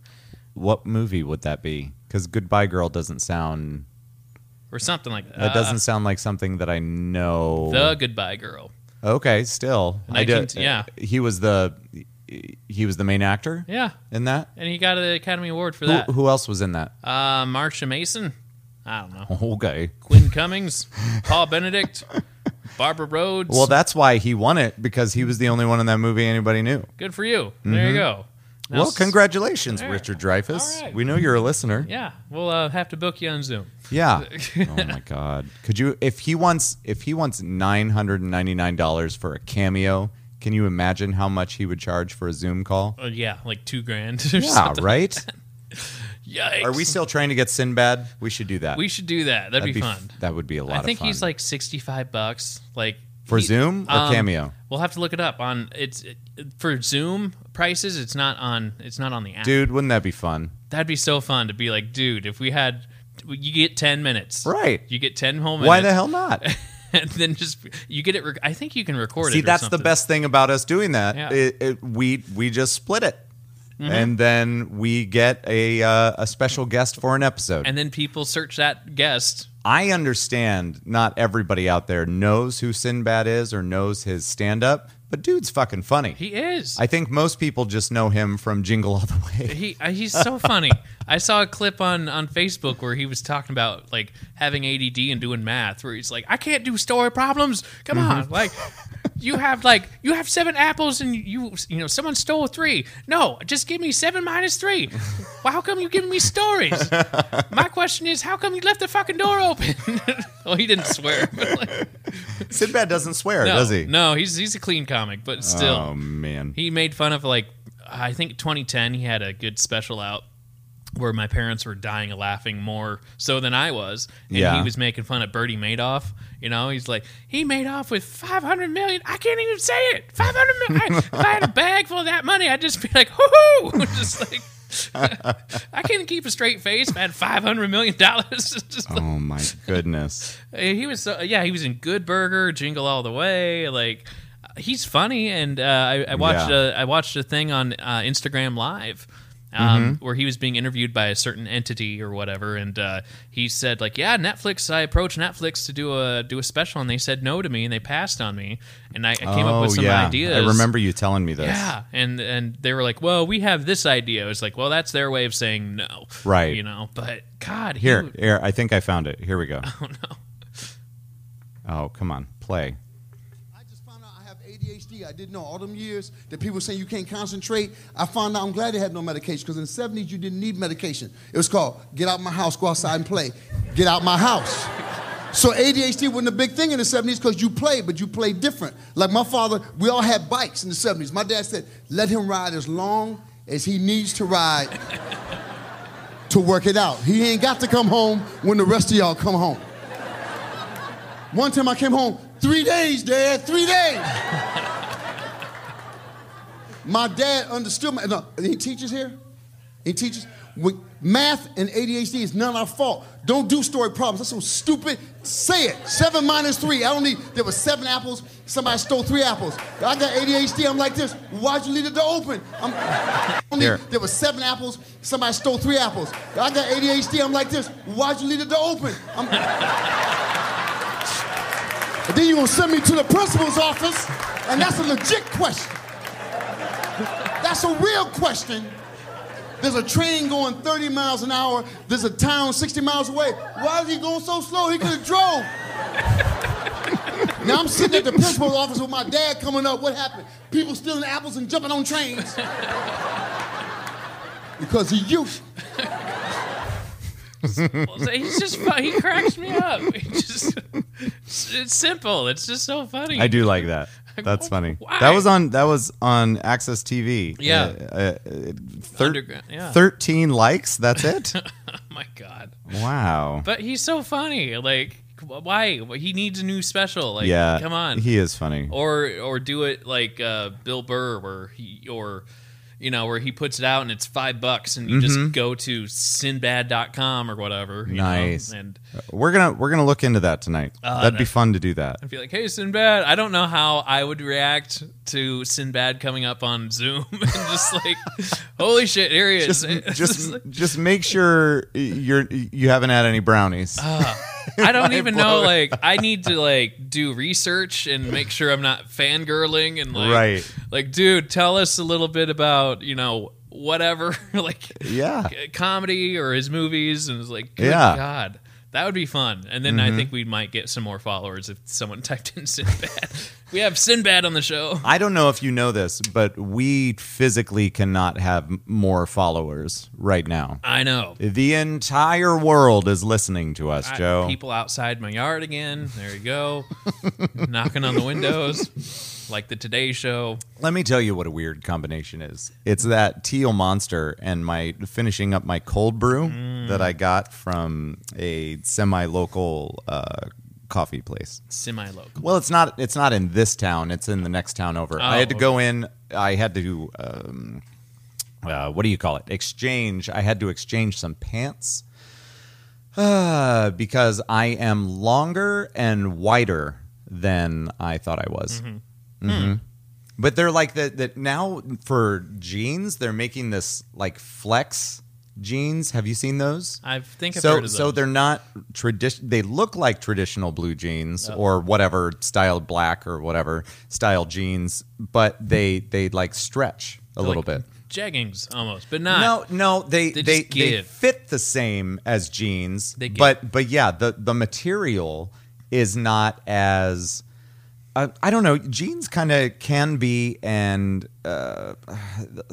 Speaker 1: what movie would that be? Because Goodbye Girl doesn't sound
Speaker 2: or something like that.
Speaker 1: that doesn't sound like something that I know.
Speaker 2: Uh, The Goodbye Girl.
Speaker 1: okay, still, I
Speaker 2: 19
Speaker 1: did-
Speaker 2: yeah.
Speaker 1: He was the he was the main actor
Speaker 2: Yeah,
Speaker 1: in that.
Speaker 2: and he got an Academy Award for
Speaker 1: Who,
Speaker 2: that.
Speaker 1: who else was in that?
Speaker 2: Uh, Marsha Mason. I don't know.
Speaker 1: Okay,
Speaker 2: Quinn Cummings, Paul Benedict, Barbara Rhodes.
Speaker 1: well that's why he won it because he was the only one in that movie anybody knew.
Speaker 2: good for you. There you go. Now
Speaker 1: Mm-hmm. well,
Speaker 2: s-
Speaker 1: congratulations,
Speaker 2: there.
Speaker 1: Richard Dreyfuss.
Speaker 2: All right.
Speaker 1: We know you're a listener.
Speaker 2: Yeah, we'll uh, have to book you on Zoom.
Speaker 1: Yeah. oh my God. Could you? If he wants, if he wants nine hundred and ninety nine dollars for a cameo, Can you imagine how much he would charge for a Zoom call?
Speaker 2: Uh, yeah, like two grand or
Speaker 1: Yeah,
Speaker 2: something.
Speaker 1: right?
Speaker 2: Yikes.
Speaker 1: Are we still trying to get Sinbad? We should do that.
Speaker 2: We should do that. That'd,
Speaker 1: That'd
Speaker 2: be,
Speaker 1: be
Speaker 2: fun.
Speaker 1: That would be a lot
Speaker 2: I think
Speaker 1: of fun.
Speaker 2: he's like sixty-five bucks. Like
Speaker 1: For
Speaker 2: he-
Speaker 1: Zoom or
Speaker 2: um,
Speaker 1: Cameo?
Speaker 2: We'll have to look it up on it's it, for Zoom prices. It's not on. It's not on the app.
Speaker 1: Dude, wouldn't that be fun?
Speaker 2: that'd be so fun to be like, dude, if we had, you get ten minutes,
Speaker 1: Right.
Speaker 2: You get ten whole minutes.
Speaker 1: Why the hell not?
Speaker 2: and then just you get it. Rec- I think you can record it.
Speaker 1: See,
Speaker 2: or
Speaker 1: that's the
Speaker 2: something.
Speaker 1: best thing about us doing that.
Speaker 2: Yeah. Mm-hmm.
Speaker 1: It, it, we we just split it, and then we get a uh, a special guest for an episode.
Speaker 2: And then people search that guest.
Speaker 1: I understand not everybody out there knows who Sinbad is or knows his stand up, but dude's fucking funny.
Speaker 2: He is.
Speaker 1: I think most people just know him from Jingle All the Way.
Speaker 2: he uh, he's so funny. I saw a clip on on Facebook where he was talking about like having ADD and doing math, where he's like, "I can't do story problems. Come
Speaker 1: Mm-hmm.
Speaker 2: on, like." You have like you have seven apples and you you know someone stole three. No, just give me seven minus three. Well, how come you giving me stories? My question is, how come you left the fucking door open? well, he didn't swear. but, like,
Speaker 1: Sinbad doesn't swear,
Speaker 2: no,
Speaker 1: does he?
Speaker 2: No, he's he's a clean comic, but still,
Speaker 1: Oh man.
Speaker 2: he made fun of like I think 2010 he had a good special out where my parents were dying of laughing more so than I was and
Speaker 1: Yeah.
Speaker 2: he was making fun of Bertie Madoff you know he's like he made off with 500 million I can't even say it 500 million I, if I had a bag full of that money I'd just be like hoo hoo just like I couldn't keep a straight face if I had 500 million dollars just like,
Speaker 1: Oh my goodness.
Speaker 2: he was so yeah he was in Good Burger, Jingle All the Way. Like he's funny, and uh, I, I watched
Speaker 1: Yeah.
Speaker 2: a, I watched a thing on uh, Instagram Live. Um,
Speaker 1: Mm-hmm.
Speaker 2: Where he was being interviewed by a certain entity or whatever, and uh, he said like, "Yeah, Netflix. I approached Netflix to do a do a special, and they said no to me, and they passed on me, and I, I came
Speaker 1: oh
Speaker 2: up with some
Speaker 1: yeah.
Speaker 2: ideas.
Speaker 1: I remember you telling me this.
Speaker 2: yeah, and and they were like, "Well, we have this idea." It's like, well, that's their way of saying no,
Speaker 1: Right.
Speaker 2: You know, but God, he
Speaker 1: Here,
Speaker 2: would-
Speaker 1: here, I think I found it. Here we go.
Speaker 2: oh no,
Speaker 1: Oh, come on. Play.
Speaker 5: I just found out I have ADHD. I didn't know all them years that people say you can't concentrate. I found out I'm glad they had no medication because in the 70s you didn't need medication. It was called get out my house, go outside and play. Get out my house. So ADHD wasn't a big thing in the 70s because you played, but you played different. Like my father, we all had bikes in the 70s. My dad said, let him ride as long as he needs to ride to work it out. He ain't got to come home when the rest of y'all come home. One time I came home, three days, Dad, three days. my dad understood my. No, he teaches here? He teaches? With math and ADHD is not our fault. Don't do story problems. That's so stupid. Say it. Seven minus three. I don't need. There were seven apples. Somebody stole three apples. I got ADHD. I'm like this. Why'd you leave the door open? I'm, I don't need-
Speaker 1: Here.
Speaker 5: there were seven apples. Somebody stole three apples. I got ADHD. I'm like this. Why'd you leave the door open? I'm, and then you're gonna send me to the principal's office, and that's a legit question. That's a real question. There's a train going 30 miles an hour. There's a town 60 miles away. Why is he going so slow? He could have drove. now I'm sitting at the principal's office with my dad coming up. What happened? People stealing apples and jumping on trains. because of you.
Speaker 2: Well, He's just fu- he cracks me up. He just it's simple. It's just so funny.
Speaker 1: I do like that. That's funny.
Speaker 2: Why?
Speaker 1: That was on that was on Access TV.
Speaker 2: Yeah.
Speaker 1: Uh, uh, uh, thir-
Speaker 2: Underground, yeah.
Speaker 1: 13 likes, that's it?
Speaker 2: Oh my god.
Speaker 1: wow.
Speaker 2: But he's so funny. Like why he needs a new special? Like
Speaker 1: yeah.
Speaker 2: come on. Oh.
Speaker 1: He is funny.
Speaker 2: or or do it like uh, Bill Burr, where he or you know where he puts it out and it's five bucks, and you
Speaker 1: Mm-hmm.
Speaker 2: just go to Sinbad.com or whatever. you know,
Speaker 1: Nice.
Speaker 2: and
Speaker 1: We're going to we're going to look into that tonight.
Speaker 2: Oh,
Speaker 1: That'd be fun to do that.
Speaker 2: I'd be like, "Hey, Sinbad." I don't know how I would react to Sinbad coming up on Zoom and just like, "Holy shit, here he is!"
Speaker 1: Just
Speaker 2: It's
Speaker 1: just
Speaker 2: like-
Speaker 1: just make sure you're you haven't had any brownies.
Speaker 2: Oh, I don't even know.
Speaker 1: blower.
Speaker 2: Like, I need to like do research and make sure I'm not fangirling and like,
Speaker 1: Right.
Speaker 2: like, dude, tell us a little bit about you know whatever like
Speaker 1: yeah.
Speaker 2: c- comedy or his movies, and it's like, good
Speaker 1: Yeah. Mm-hmm.
Speaker 2: God. That would be fun, and then I think we might get some more followers if someone typed in Sinbad. we have Sinbad on the show.
Speaker 1: I don't know if you know this, but we physically cannot have m- more followers right now.
Speaker 2: I know.
Speaker 1: The entire world is listening to us,
Speaker 2: I-
Speaker 1: Joe.
Speaker 2: people outside my yard again. There you go. Knocking on the windows. like the Today Show.
Speaker 1: Let me tell you what a weird combination is. It's that teal monster and my finishing up my cold brew that I got from a semi-local uh, coffee place.
Speaker 2: Semi-local.
Speaker 1: Well, it's not. It's not in this town. It's in the next town over. I had to
Speaker 2: Oh,
Speaker 1: go in. I had to. Um, uh, what do you call it? Exchange. I had to exchange some pants uh, because I am longer and wider than I thought I was. Mhm. But they're like that. That now for jeans, they're making this like flex jeans. Have you seen those?
Speaker 2: I think I've
Speaker 1: so
Speaker 2: heard of
Speaker 1: so
Speaker 2: those.
Speaker 1: they're not tradition. They look like traditional blue jeans
Speaker 2: Oh.
Speaker 1: or whatever styled black or whatever style jeans, but they they like stretch a
Speaker 2: They're
Speaker 1: little
Speaker 2: like
Speaker 1: bit.
Speaker 2: Jeggings almost, but not.
Speaker 1: No, no, they
Speaker 2: They
Speaker 1: they,
Speaker 2: just
Speaker 1: they,
Speaker 2: give.
Speaker 1: fit the same as jeans,
Speaker 2: They give.
Speaker 1: but but yeah, the the material is not as uh, I don't know. Jeans kind of can be, and uh,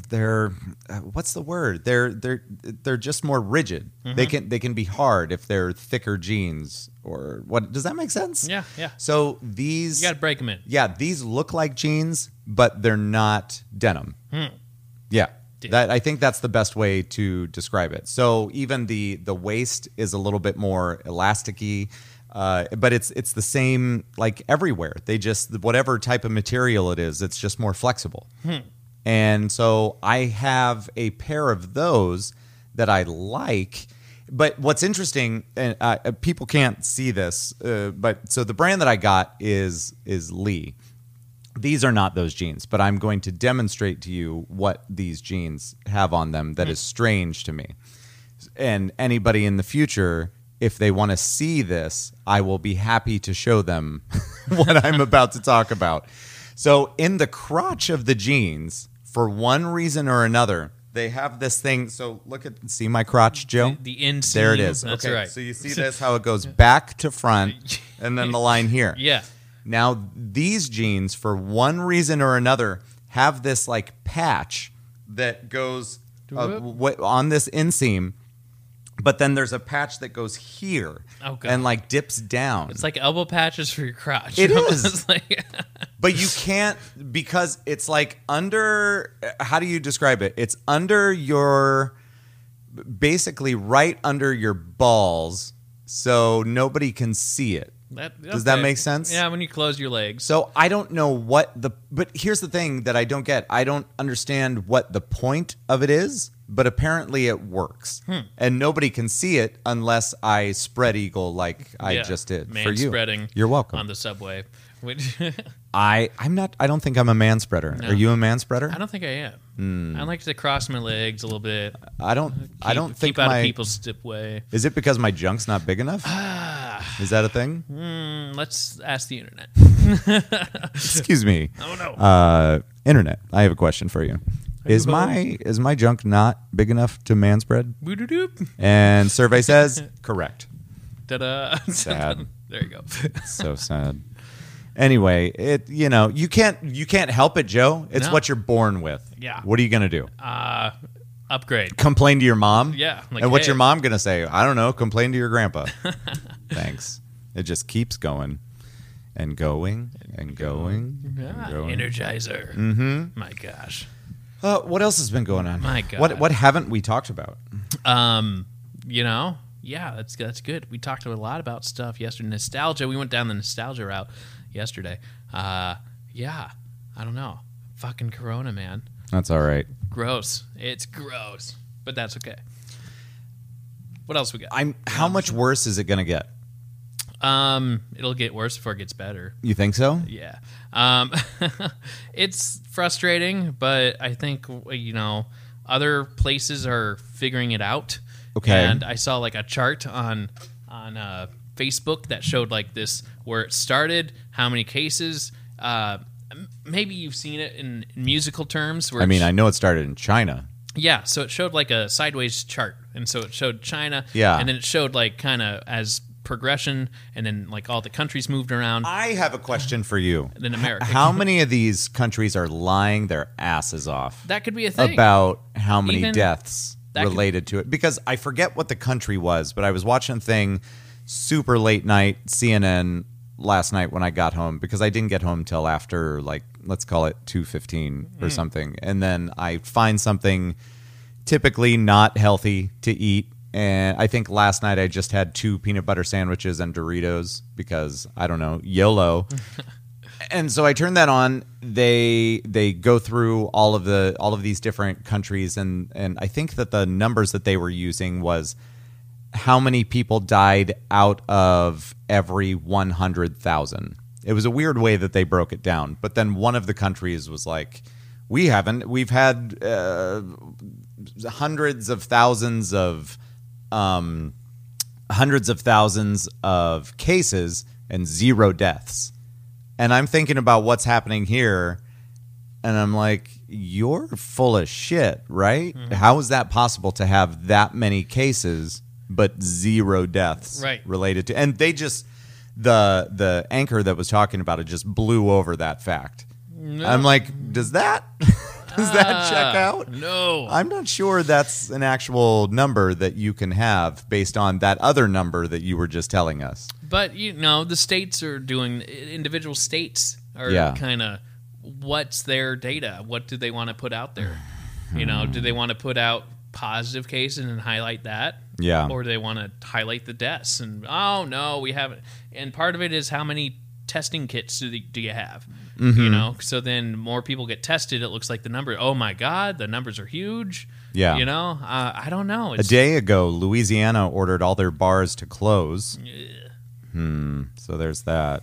Speaker 1: they're uh, what's the word? They're they're they're just more rigid. They
Speaker 2: Mm-hmm.
Speaker 1: can they can be hard if they're thicker jeans or what? Does that make sense?
Speaker 2: Yeah, yeah.
Speaker 1: So these
Speaker 2: You got to break them in.
Speaker 1: yeah, these look like jeans, but they're not denim. Yeah.
Speaker 2: Dude.
Speaker 1: That I think that's the best way to describe it. So even the the waist is a little bit more elasticy, uh, but it's it's the same like everywhere. They just whatever type of material it is, it's just more flexible. And so I have a pair of those that I like. But what's interesting, and uh, uh, people can't see this, uh, but so the brand that I got is is Lee. These are not those jeans, but I'm going to demonstrate to you what these jeans have on them that is strange to me. And anybody in the future, if they want to see this, I will be happy to show them what I'm about to talk about. So, in the crotch of the jeans, for one reason or another, they have this thing. So, look at see my crotch, Joe.
Speaker 2: The inseam.
Speaker 1: There it is.
Speaker 2: That's
Speaker 1: okay.
Speaker 2: right.
Speaker 1: So you see this how it goes back to front and then the line here.
Speaker 2: Yeah.
Speaker 1: Now these jeans for one reason or another have this like patch that goes uh, what on this inseam but then there's a patch that goes here
Speaker 2: Oh, God.
Speaker 1: and like dips down.
Speaker 2: It's like elbow patches for your crotch.
Speaker 1: It is.
Speaker 2: It's like,
Speaker 1: But you can't because it's like under how do you describe it? It's under your basically right under your balls so nobody can see it.
Speaker 2: that-
Speaker 1: Does that
Speaker 2: okay.
Speaker 1: make sense?
Speaker 2: Yeah, when you close your legs.
Speaker 1: So I don't know what the but here's the thing that I don't get. I don't understand what the point of it is, but apparently it works.
Speaker 2: Hmm.
Speaker 1: And nobody can see it unless I spread eagle like I
Speaker 2: Yeah.
Speaker 1: just did
Speaker 2: Man
Speaker 1: for you.
Speaker 2: spreading.
Speaker 1: You're welcome.
Speaker 2: On the subway. Which, I
Speaker 1: I I'm not I don't think I'm a man spreader.
Speaker 2: No.
Speaker 1: Are you a man spreader?
Speaker 2: don't think I am. I like to cross my legs a little bit.
Speaker 1: I don't. Hmm. I
Speaker 2: Keep-
Speaker 1: don't think
Speaker 2: keep out
Speaker 1: my.
Speaker 2: of people's step way.
Speaker 1: is it because my junk's not big enough? is that a thing?
Speaker 2: Mm, let's ask the internet.
Speaker 1: Excuse me.
Speaker 2: Oh no.
Speaker 1: Uh, internet. I have a question for you. Is
Speaker 2: you
Speaker 1: my is my junk not big enough to man spread?
Speaker 2: Boo-doo-doop.
Speaker 1: And survey says correct.
Speaker 2: Da-da.
Speaker 1: Sad.
Speaker 2: there you go.
Speaker 1: So sad. Anyway, it you know you can't you can't help it, Joe. It's
Speaker 2: No.
Speaker 1: what you're born with.
Speaker 2: Yeah.
Speaker 1: What are you gonna do?
Speaker 2: Uh, upgrade.
Speaker 1: complain to your mom?
Speaker 2: Yeah, like,
Speaker 1: and what's
Speaker 2: hey.
Speaker 1: your mom going to say? I don't know. Complain to your grandpa. Thanks. It just keeps going and going and going.
Speaker 2: Ah,
Speaker 1: And going.
Speaker 2: Energizer. Mm-hmm. My gosh.
Speaker 1: Uh, what else has been going on?
Speaker 2: My God.
Speaker 1: What, what haven't we talked about?
Speaker 2: Um, you know, yeah, that's that's good. We talked a lot about stuff yesterday. Nostalgia. We went down the nostalgia route yesterday. Uh, yeah. I don't know. Fucking Corona, man.
Speaker 1: That's all right.
Speaker 2: Gross. It's gross. But that's okay. What else we got?
Speaker 1: I'm. How much worse is it going to get?
Speaker 2: Um, it'll get worse before it gets better.
Speaker 1: You think so?
Speaker 2: Yeah. Um, it's frustrating, but I think, you know, other places are figuring it out.
Speaker 1: Okay.
Speaker 2: And I saw like a chart on, on uh, Facebook that showed like this where it started, how many cases. Uh, m- maybe you've seen it in musical terms. Where
Speaker 1: I
Speaker 2: it
Speaker 1: mean,
Speaker 2: sh-
Speaker 1: I know it started in China.
Speaker 2: yeah, so it showed like a sideways chart, and so it showed China.
Speaker 1: Yeah.
Speaker 2: and then it showed like kind of as progression, and then like all the countries moved around,
Speaker 1: I have a question for you.
Speaker 2: and then America.
Speaker 1: How many of these countries are lying their asses off?
Speaker 2: that could be a thing
Speaker 1: about how many
Speaker 2: Even-
Speaker 1: deaths
Speaker 2: that could-
Speaker 1: related to it because I forget what the country was, but I was watching a thing super late night CNN last night when I got home because I didn't get home till after like let's call it 215
Speaker 2: Hmm.
Speaker 1: or something. And then I find something typically not healthy to eat. And I think last night I just had two peanut butter sandwiches and Doritos because I don't know, YOLO. and so I turned that on. They they go through all of the all of these different countries and and I think that the numbers that they were using was how many people died out of every 100,000. It was a weird way that they broke it down. But then one of the countries was like, we haven't. We've had uh, hundreds of thousands of um, hundreds of thousands of cases and zero deaths. And I'm thinking about what's happening here, and I'm like, you're full of shit, right? How is that possible to have that many cases but zero deaths
Speaker 2: Right.
Speaker 1: related to? And they just the the anchor that was talking about it just blew over that fact. I'm like, does that does that check out?
Speaker 2: Ah, No.
Speaker 1: I'm not sure that's an actual number that you can have based on that other number that you were just telling us.
Speaker 2: But you know, the states are doing individual states are
Speaker 1: Yeah.
Speaker 2: kind of what's their data? What do they want to put out there? You know,
Speaker 1: Hmm.
Speaker 2: do they want to put out positive cases and highlight that?
Speaker 1: Yeah.
Speaker 2: Or do they want to highlight the deaths and oh no, we haven't. And part of it is how many testing kits do, they, do you have?
Speaker 1: Mm-hmm.
Speaker 2: You know, so then more people get tested. It looks like the number. Oh my God, the numbers are huge.
Speaker 1: Yeah.
Speaker 2: You know, uh, I don't know.
Speaker 1: A
Speaker 2: It's,
Speaker 1: day ago, Louisiana ordered all their bars to close. Hmm. So there's that.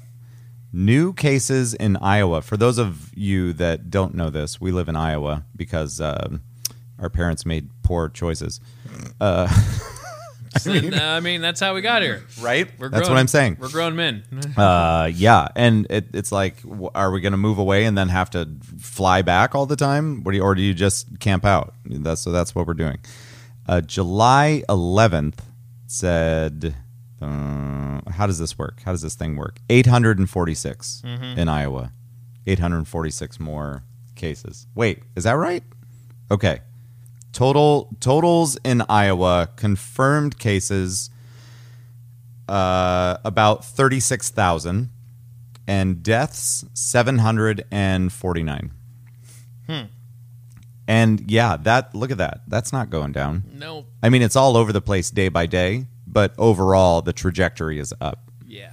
Speaker 1: New cases in Iowa. For those of you that don't know this, we live in Iowa because um, our parents made poor choices.
Speaker 2: uh, I mean, that's how we got here.
Speaker 1: Right?
Speaker 2: We're
Speaker 1: That's
Speaker 2: grown-
Speaker 1: what I'm saying.
Speaker 2: We're grown men.
Speaker 1: Uh, yeah, and it, it's like, w- are we going to move away and then have to fly back all the time? What do you, or do you just camp out? That's so that's what we're doing. Uh, July 11th said, uh, how does this work? How does this thing work? 846 in Iowa, 846 more cases. Wait, is that right? Okay, total totals in Iowa confirmed cases uh, about 36,000 and deaths 749. And yeah, that look at that. That's not going down.
Speaker 2: Nope.
Speaker 1: I mean, it's all over the place day by day, but overall the trajectory is up.
Speaker 2: Yeah.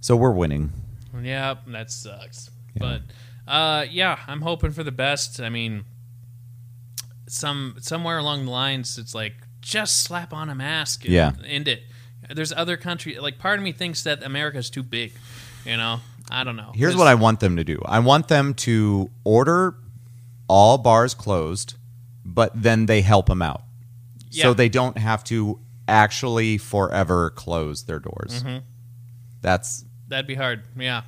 Speaker 1: So we're winning.
Speaker 2: Yeah, that sucks. But uh, yeah, I'm hoping for the best. I mean, some somewhere along the lines, it's like just slap on a mask. And
Speaker 1: Yeah.
Speaker 2: End it. There's other country Like part of me thinks that America's too big. You know. I don't know.
Speaker 1: Here's what I want them to do. I want them to order all bars closed, but then they help them out.
Speaker 2: Yeah.
Speaker 1: So they don't have to actually forever close their doors. That's
Speaker 2: That'd be hard. Yeah.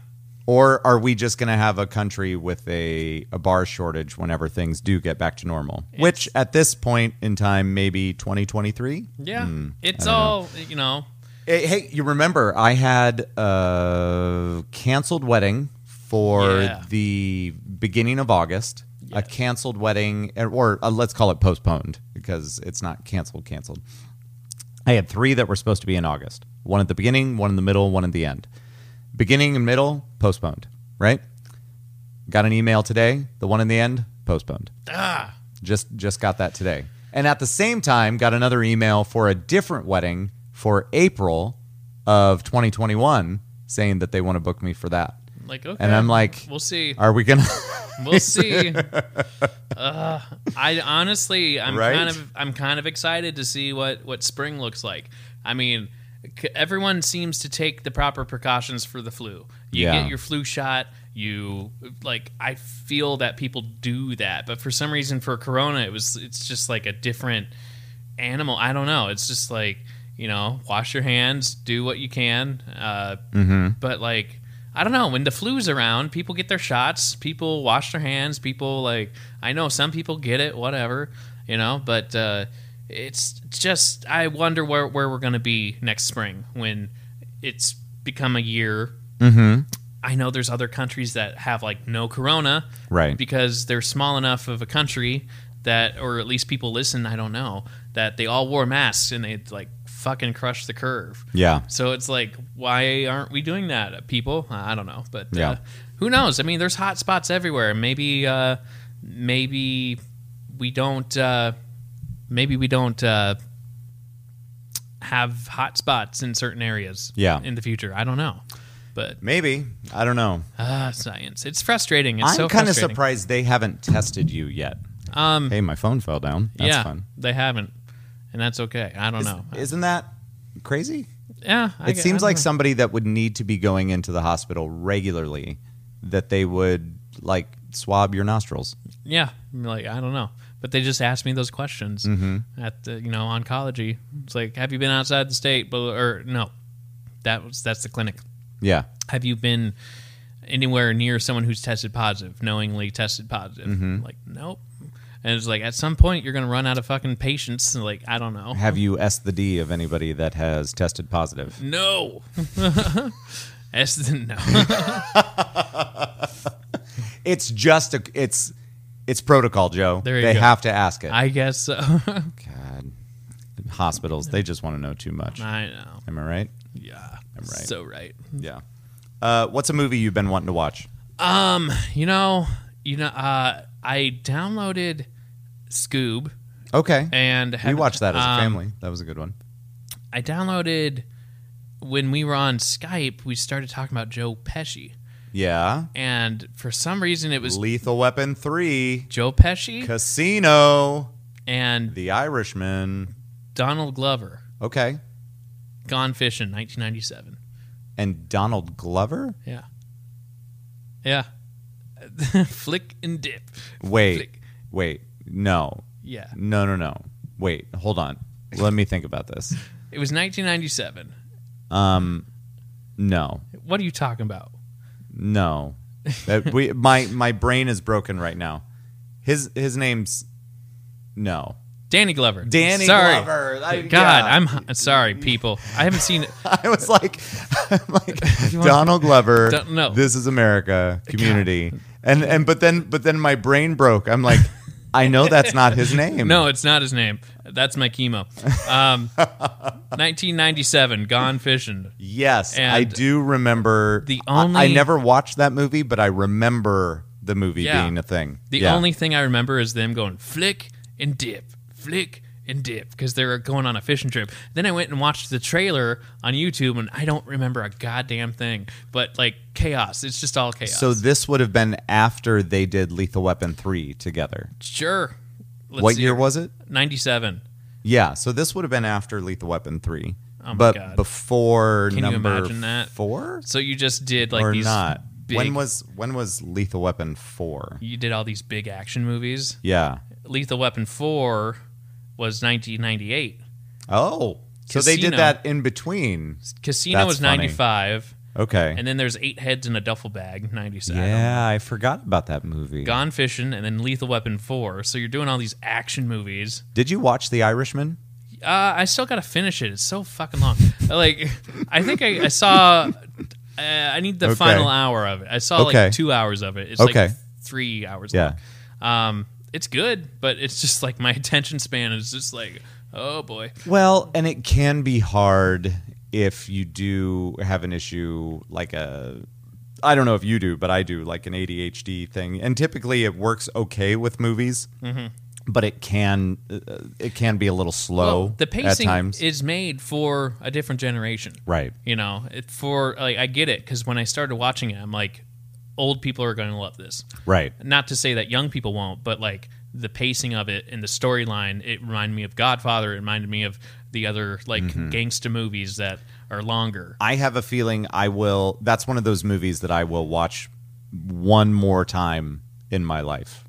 Speaker 1: Or are we just going to have a country with a, a bar shortage whenever things do get back to normal? Which at this point in time, maybe 2023?
Speaker 2: Yeah.
Speaker 1: Hmm.
Speaker 2: it's all you know.
Speaker 1: Hey, hey, you remember I had a canceled wedding for
Speaker 2: Yeah.
Speaker 1: the beginning of August. A canceled wedding, or uh, let's call it postponed because it's not canceled, canceled. I had three that were supposed to be in August one at the beginning, one in the middle, one at the end. Beginning and middle, postponed, right? Got an email today. The one in the end, postponed
Speaker 2: Ah.
Speaker 1: just just got that today and at the same time got another email for a different wedding for april of 2021 saying that they want to book me for that
Speaker 2: Like okay.
Speaker 1: and i'm like
Speaker 2: we'll see.
Speaker 1: are we gonna
Speaker 2: We'll see. uh, I honestly, I'm
Speaker 1: Right?
Speaker 2: kind of, I'm kind of excited to see what what spring looks like. I mean, c- everyone seems to take the proper precautions for the flu. You
Speaker 1: Yeah.
Speaker 2: get your flu shot. You like, I feel that people do that, but for some reason, for Corona, it was, it's just like a different animal. I don't know. It's just like you know, wash your hands, do what you can. Uh, But like, I don't know. When the flu's around, people get their shots. People wash their hands. People like, I know some people get it, whatever, you know. But uh, it's just, I wonder where where we're gonna be next spring when it's become a year. I know there's other countries that have like no corona,
Speaker 1: Right.
Speaker 2: Because they're small enough of a country that, or at least people listen. I don't know that they all wore masks and they like fucking crush the curve.
Speaker 1: Yeah.
Speaker 2: So it's like, why aren't we doing that, uh, people? I don't know, but
Speaker 1: Yeah.
Speaker 2: uh, who knows? I mean, there's hot spots everywhere. Maybe, uh, maybe we don't, uh, maybe we don't uh, have hot spots in certain areas.
Speaker 1: Yeah.
Speaker 2: In the future, I don't know, but
Speaker 1: Maybe. I don't know.
Speaker 2: ah, science. It's frustrating. It's
Speaker 1: I'm
Speaker 2: so
Speaker 1: kind of
Speaker 2: frustrating.
Speaker 1: surprised they haven't tested you yet. Um, hey, my phone fell down. That's
Speaker 2: yeah,
Speaker 1: fun.
Speaker 2: they haven't, and that's okay. I don't know.
Speaker 1: Isn't that crazy?
Speaker 2: yeah, I
Speaker 1: it
Speaker 2: gu- I
Speaker 1: seems
Speaker 2: don't
Speaker 1: like
Speaker 2: know.
Speaker 1: somebody that would need to be going into the hospital regularly that they would like swab your nostrils.
Speaker 2: Yeah, I'm like I don't know, but they just asked me those questions
Speaker 1: Mm-hmm.
Speaker 2: at the you know oncology. It's like, have you been outside the state? But or no, that was that's the clinic.
Speaker 1: Yeah.
Speaker 2: Have you been anywhere near someone who's tested positive, knowingly tested positive?
Speaker 1: Mm-hmm.
Speaker 2: Like nope. And it's like at some point you're gonna run out of fucking patience. And like I don't know.
Speaker 1: Have you S the D of anybody that has tested positive?
Speaker 2: No. S no.
Speaker 1: It's just a it's it's protocol, Joe.
Speaker 2: There you
Speaker 1: they
Speaker 2: go.
Speaker 1: have to ask it.
Speaker 2: I guess so.
Speaker 1: God. Hospitals, they just want to know too much.
Speaker 2: I know.
Speaker 1: Am I right?
Speaker 2: Yeah.
Speaker 1: I'm right.
Speaker 2: So right.
Speaker 1: Yeah. Uh, what's a movie you've been wanting to watch?
Speaker 2: You know, you know, uh, I downloaded Scoob
Speaker 1: Okay.
Speaker 2: and
Speaker 1: we
Speaker 2: had-
Speaker 1: watched that as a
Speaker 2: um,
Speaker 1: family. That was a good one.
Speaker 2: I downloaded when we were on Skype. We started talking about Joe Pesci,
Speaker 1: Yeah.
Speaker 2: and for some reason it was
Speaker 1: Lethal Weapon 3,
Speaker 2: Joe Pesci
Speaker 1: Casino,
Speaker 2: and
Speaker 1: The Irishman.
Speaker 2: Donald Glover.
Speaker 1: Okay.
Speaker 2: Gone fishing, 1997.
Speaker 1: And Donald Glover?
Speaker 2: Yeah, yeah. Flick and dip.
Speaker 1: Wait.
Speaker 2: Flick.
Speaker 1: Wait. No.
Speaker 2: Yeah,
Speaker 1: No, no, no. Wait. Hold on. Let me think about this.
Speaker 2: it was 1997.
Speaker 1: No.
Speaker 2: What are you talking about?
Speaker 1: No. That we my my brain is broken right now. His his name's No.
Speaker 2: Danny Glover.
Speaker 1: Danny
Speaker 2: sorry.
Speaker 1: Glover. I-
Speaker 2: God,
Speaker 1: yeah.
Speaker 2: I'm h- sorry, people. I haven't seen it.
Speaker 1: I was like, I'm like
Speaker 2: want-
Speaker 1: Donald Glover.
Speaker 2: Don't- no.
Speaker 1: This is America community. And and but then but then my brain broke. I'm like, I know that's not his name.
Speaker 2: No, it's not his name. That's my chemo. Um, 1997, Gone Fishing.
Speaker 1: Yes,
Speaker 2: And
Speaker 1: I do remember.
Speaker 2: the
Speaker 1: I- I,
Speaker 2: only-
Speaker 1: never watched that movie, but I remember the movie
Speaker 2: Yeah.
Speaker 1: being a thing.
Speaker 2: The
Speaker 1: Yeah.
Speaker 2: only thing I remember is them going flick and dip, flick and dip, because they were going on a fishing trip. Then I went and watched the trailer on YouTube, and I don't remember a goddamn thing. But like chaos, it's just all chaos.
Speaker 1: So this would have been after they did Lethal Weapon three together.
Speaker 2: sure. Let's
Speaker 1: what
Speaker 2: see.
Speaker 1: year was it?
Speaker 2: 97.
Speaker 1: Yeah, so this would have been after Lethal Weapon three,
Speaker 2: Oh my
Speaker 1: but
Speaker 2: God.
Speaker 1: before
Speaker 2: Can you
Speaker 1: number
Speaker 2: imagine that?
Speaker 1: four
Speaker 2: So you just did like
Speaker 1: or
Speaker 2: these
Speaker 1: not?
Speaker 2: Big,
Speaker 1: When was when was Lethal Weapon four?
Speaker 2: you did all these big action movies?
Speaker 1: Yeah.
Speaker 2: Lethal Weapon 4 was 1998.
Speaker 1: Oh, so they did
Speaker 2: Casino.
Speaker 1: that in between.
Speaker 2: Casino
Speaker 1: That's
Speaker 2: was
Speaker 1: funny.
Speaker 2: 95,
Speaker 1: Okay.
Speaker 2: and then there's Eight Heads in a Duffel Bag, 97.
Speaker 1: yeah, I forgot about that movie.
Speaker 2: Gone Fishing, and then Lethal Weapon 4. So you're doing all these action movies.
Speaker 1: Did you watch The Irishman?
Speaker 2: Uh, I still got to finish it. It's so fucking long. like, I think I, I saw. Uh, I need the
Speaker 1: Okay.
Speaker 2: final hour of it. I saw
Speaker 1: Okay.
Speaker 2: like two hours of it. It's
Speaker 1: Okay.
Speaker 2: like three hours
Speaker 1: Yeah.
Speaker 2: long. Um, it's good, but it's just like my attention span is just like, oh boy.
Speaker 1: Well, and it can be hard if you do have an issue like a I don't know if you do, but I do like an ADHD thing. And typically it works okay with movies. But it can uh, it can be a little slow
Speaker 2: Mm-hmm. Well, the
Speaker 1: at
Speaker 2: pacing
Speaker 1: times.
Speaker 2: is made for a different generation,
Speaker 1: Right.
Speaker 2: You know, it, for like I get it because when I started watching it, I'm like, old people are going to love this.
Speaker 1: right.
Speaker 2: Not to say that young people won't, but like the pacing of it and the storyline, it reminded me of Godfather. It reminded me of the other like
Speaker 1: Mm-hmm.
Speaker 2: gangsta movies that are longer.
Speaker 1: I have a feeling I will that's one of those movies that I will watch one more time in my life.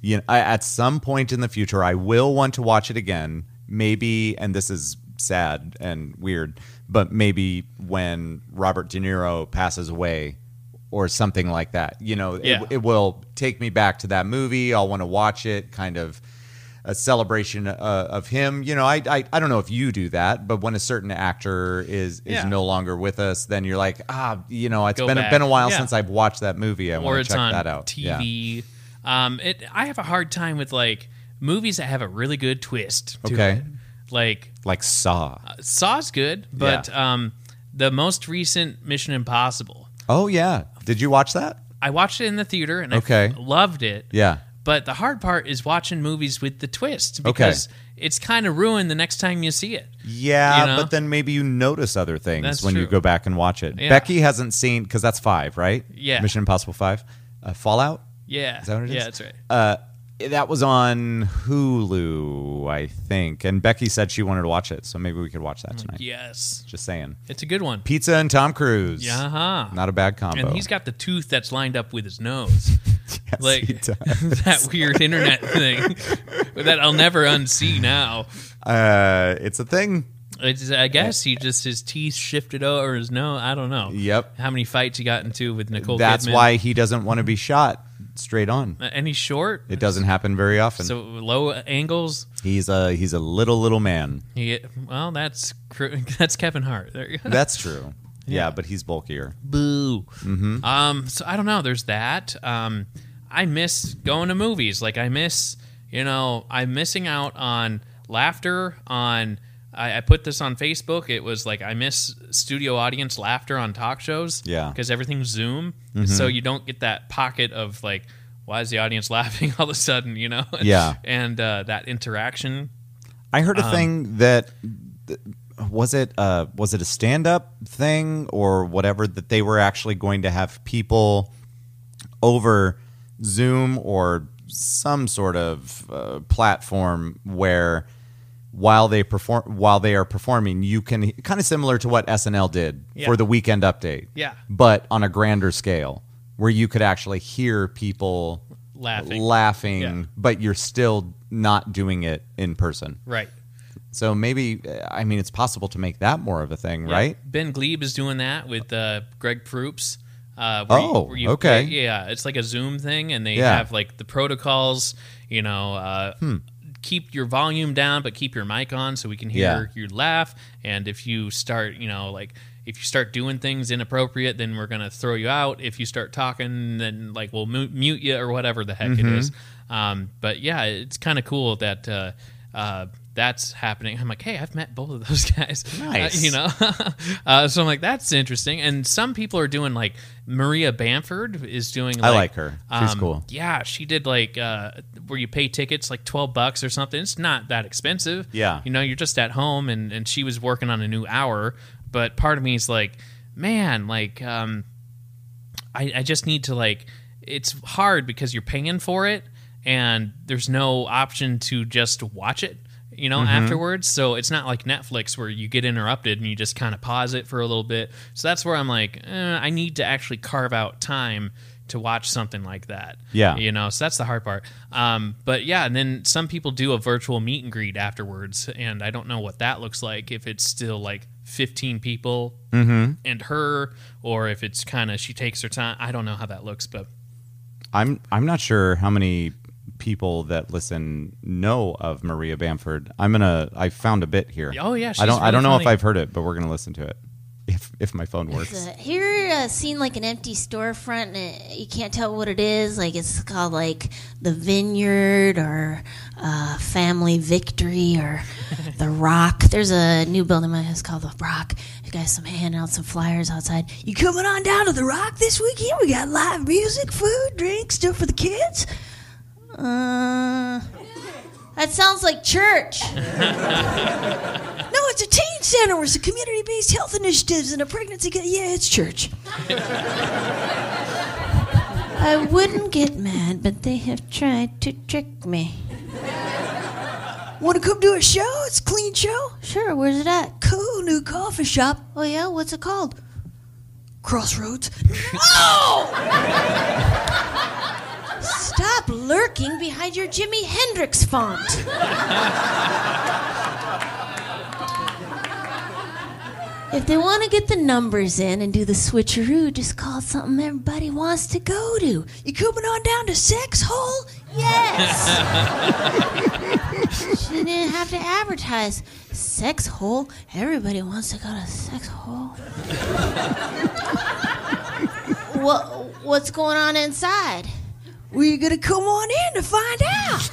Speaker 1: you know, I, at some point in the future, I will want to watch it again. Maybe, and this is sad and weird, but maybe when Robert De Niro passes away or something like that, you know,
Speaker 2: Yeah.
Speaker 1: it, it will take me back to that movie. I'll want to watch it, kind of a celebration uh, of him. You know, I, I I don't know if you do that, but when a certain actor is is
Speaker 2: Yeah.
Speaker 1: no longer with us, then you're like, ah, you know, it's
Speaker 2: Go
Speaker 1: been
Speaker 2: back.
Speaker 1: been a while
Speaker 2: Yeah.
Speaker 1: since I've watched that movie. I
Speaker 2: or
Speaker 1: want
Speaker 2: it's
Speaker 1: to check
Speaker 2: on
Speaker 1: that out. Yeah.
Speaker 2: TV. Um, it I have a hard time with like movies that have a really good twist. To
Speaker 1: Okay.
Speaker 2: It. Like
Speaker 1: like Saw.
Speaker 2: Saw's good, but um, the most recent Mission Impossible.
Speaker 1: Oh yeah, did you watch that?
Speaker 2: I watched it in the theater and
Speaker 1: Okay.
Speaker 2: I loved it.
Speaker 1: Yeah.
Speaker 2: But the hard part is watching movies with the twist because it's kind of ruined the next time you see it.
Speaker 1: Yeah,
Speaker 2: You know?
Speaker 1: but then maybe you notice other things
Speaker 2: That's
Speaker 1: when you
Speaker 2: true.
Speaker 1: go back and watch it.
Speaker 2: Yeah.
Speaker 1: Becky hasn't seen because that's five, right?
Speaker 2: Yeah.
Speaker 1: Mission Impossible Five, uh, Fallout.
Speaker 2: Yeah.
Speaker 1: Is that what it is?
Speaker 2: Yeah, that's right.
Speaker 1: Uh, that was on Hulu, I think. And Becky said she wanted to watch it, so maybe we could watch that tonight.
Speaker 2: yes.
Speaker 1: Just saying.
Speaker 2: It's a good one.
Speaker 1: Pizza and Tom Cruise.
Speaker 2: Yeah. Uh-huh.
Speaker 1: Not a bad combo.
Speaker 2: And he's got the tooth that's lined up with his nose.
Speaker 1: Yes,
Speaker 2: like
Speaker 1: he does.
Speaker 2: that weird internet thing that I'll never unsee now.
Speaker 1: uh, it's a thing.
Speaker 2: It's, I guess he just his teeth shifted over his nose. I don't know.
Speaker 1: Yep.
Speaker 2: How many fights he got into with Nicole?
Speaker 1: That's
Speaker 2: Kidman.
Speaker 1: why he doesn't want to be shot straight on.
Speaker 2: Uh, And he's short.
Speaker 1: It doesn't happen very often.
Speaker 2: So low angles.
Speaker 1: he's a he's a little little man.
Speaker 2: He, well, that's cr- that's Kevin Hart. There you go.
Speaker 1: That's true. Yeah, but he's bulkier.
Speaker 2: Boo.
Speaker 1: Mm-hmm.
Speaker 2: Um. So I don't know. There's that. Um. I miss going to movies. Like I miss. You know, I'm missing out on laughter. On I, I put this on Facebook. It was like I miss studio audience laughter on talk shows.
Speaker 1: Yeah. Mm-hmm.
Speaker 2: Because everything's Zoom, so you don't get that pocket of like, why is the audience laughing all of a sudden? You know.
Speaker 1: Yeah.
Speaker 2: and uh, that interaction.
Speaker 1: I heard
Speaker 2: Um,
Speaker 1: a thing that th- was it uh was it a stand up thing or whatever that they were actually going to have people over Zoom or some sort of uh, platform where while they perform while they are performing you can kind of similar to what SNL did
Speaker 2: Yeah.
Speaker 1: for the weekend update.
Speaker 2: Yeah.
Speaker 1: But on a grander scale where you could actually hear people
Speaker 2: Laughing.
Speaker 1: laughing
Speaker 2: Yeah.
Speaker 1: but you're still not doing it in person.
Speaker 2: Right.
Speaker 1: So maybe uh, I mean it's possible to make that more of a thing,
Speaker 2: Yeah.
Speaker 1: right?
Speaker 2: Ben Glebe is doing that with uh, Greg Proops. Uh, where you-
Speaker 1: Oh,
Speaker 2: where you
Speaker 1: okay.
Speaker 2: play- yeah, it's like a Zoom thing, and they
Speaker 1: Yeah. Hmm.
Speaker 2: have like the protocols. You know, uh, keep your volume down, but keep your mic on so we can hear you laugh. And if you start, you know, like if you start doing things inappropriate, then we're gonna throw you out. If you start talking, then like we'll mu- mute you or whatever the heck it is.
Speaker 1: Mm-hmm.
Speaker 2: Um, but yeah, it's kind of cool that. Uh, uh, that's happening. I'm like, hey, I've met both of those guys. Uh,
Speaker 1: Nice.
Speaker 2: you know, uh, so I'm like, that's interesting. And some people are doing like Maria Bamford is doing. Like, um,
Speaker 1: I like her. She's cool.
Speaker 2: Yeah, she did like uh, where you pay tickets like twelve bucks or something. It's not that expensive.
Speaker 1: Yeah.
Speaker 2: you know, you're just at home, and and she was working on a new hour. But part of me is like, man, like. um I, I just need to like it's hard because you're paying for it and there's no option to just watch it you know afterwards so it's not like netflix where you get interrupted and you just kind of pause it for a little bit so that's where i'm like eh, i need to actually carve out time to watch something like that
Speaker 1: Yeah.
Speaker 2: you know so that's the hard part um, but yeah and then some people do a virtual meet and greet afterwards and i don't know what that looks like if it's still like 15 people
Speaker 1: Mm-hmm.
Speaker 2: and her or if it's kind of she takes her time i don't know how that looks but
Speaker 1: I'm I'm not sure how many people that listen know of Maria Bamford. I'm gonna I found a bit here.
Speaker 2: Oh, yeah, she's
Speaker 1: I don't I
Speaker 2: really
Speaker 1: don't know if
Speaker 2: funny.
Speaker 1: I've heard it, but we're gonna listen to it if if my phone works.
Speaker 6: Uh, have you ever uh, seen like an empty storefront and it, you can't tell what it is? Like it's called like the Vineyard or uh, Family Victory or the Rock. There's a new building my house called the Rock. You guys some handing out some flyers outside. You coming on down to the Rock this weekend? We got live music, food, drinks, stuff for the kids. Uh, that sounds like church.
Speaker 7: No, it's a teen center. It's a community-based health initiatives and a pregnancy. Ca- yeah, it's church.
Speaker 6: I wouldn't get mad, but they have tried to trick me.
Speaker 7: Want to come do a show? It's a clean show.
Speaker 6: Sure, where's it at?
Speaker 7: Cool new coffee shop.
Speaker 6: Oh yeah, what's it called?
Speaker 7: Crossroads.
Speaker 6: Stop lurking behind your Jimi Hendrix font. if they want to get the numbers in and do the switcheroo, just call it something everybody wants to go to.
Speaker 7: You coming on down to sex hole?
Speaker 6: Yes. she didn't have to advertise. Sex hole. Everybody wants to go to sex hole. what what's going on inside?
Speaker 7: Well, you gonna come on in to find out.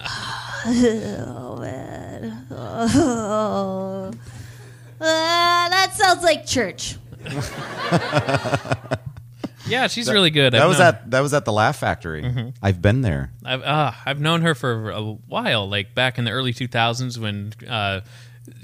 Speaker 6: Oh man. Oh. Uh, that sounds like church.
Speaker 2: Yeah, she's really good.
Speaker 1: That
Speaker 2: I've
Speaker 1: was
Speaker 2: known- Mm-hmm.
Speaker 1: at that was at the Laugh Factory. I've been there.
Speaker 2: I've uh, I've known her for a while, like back in the early 2000s when uh,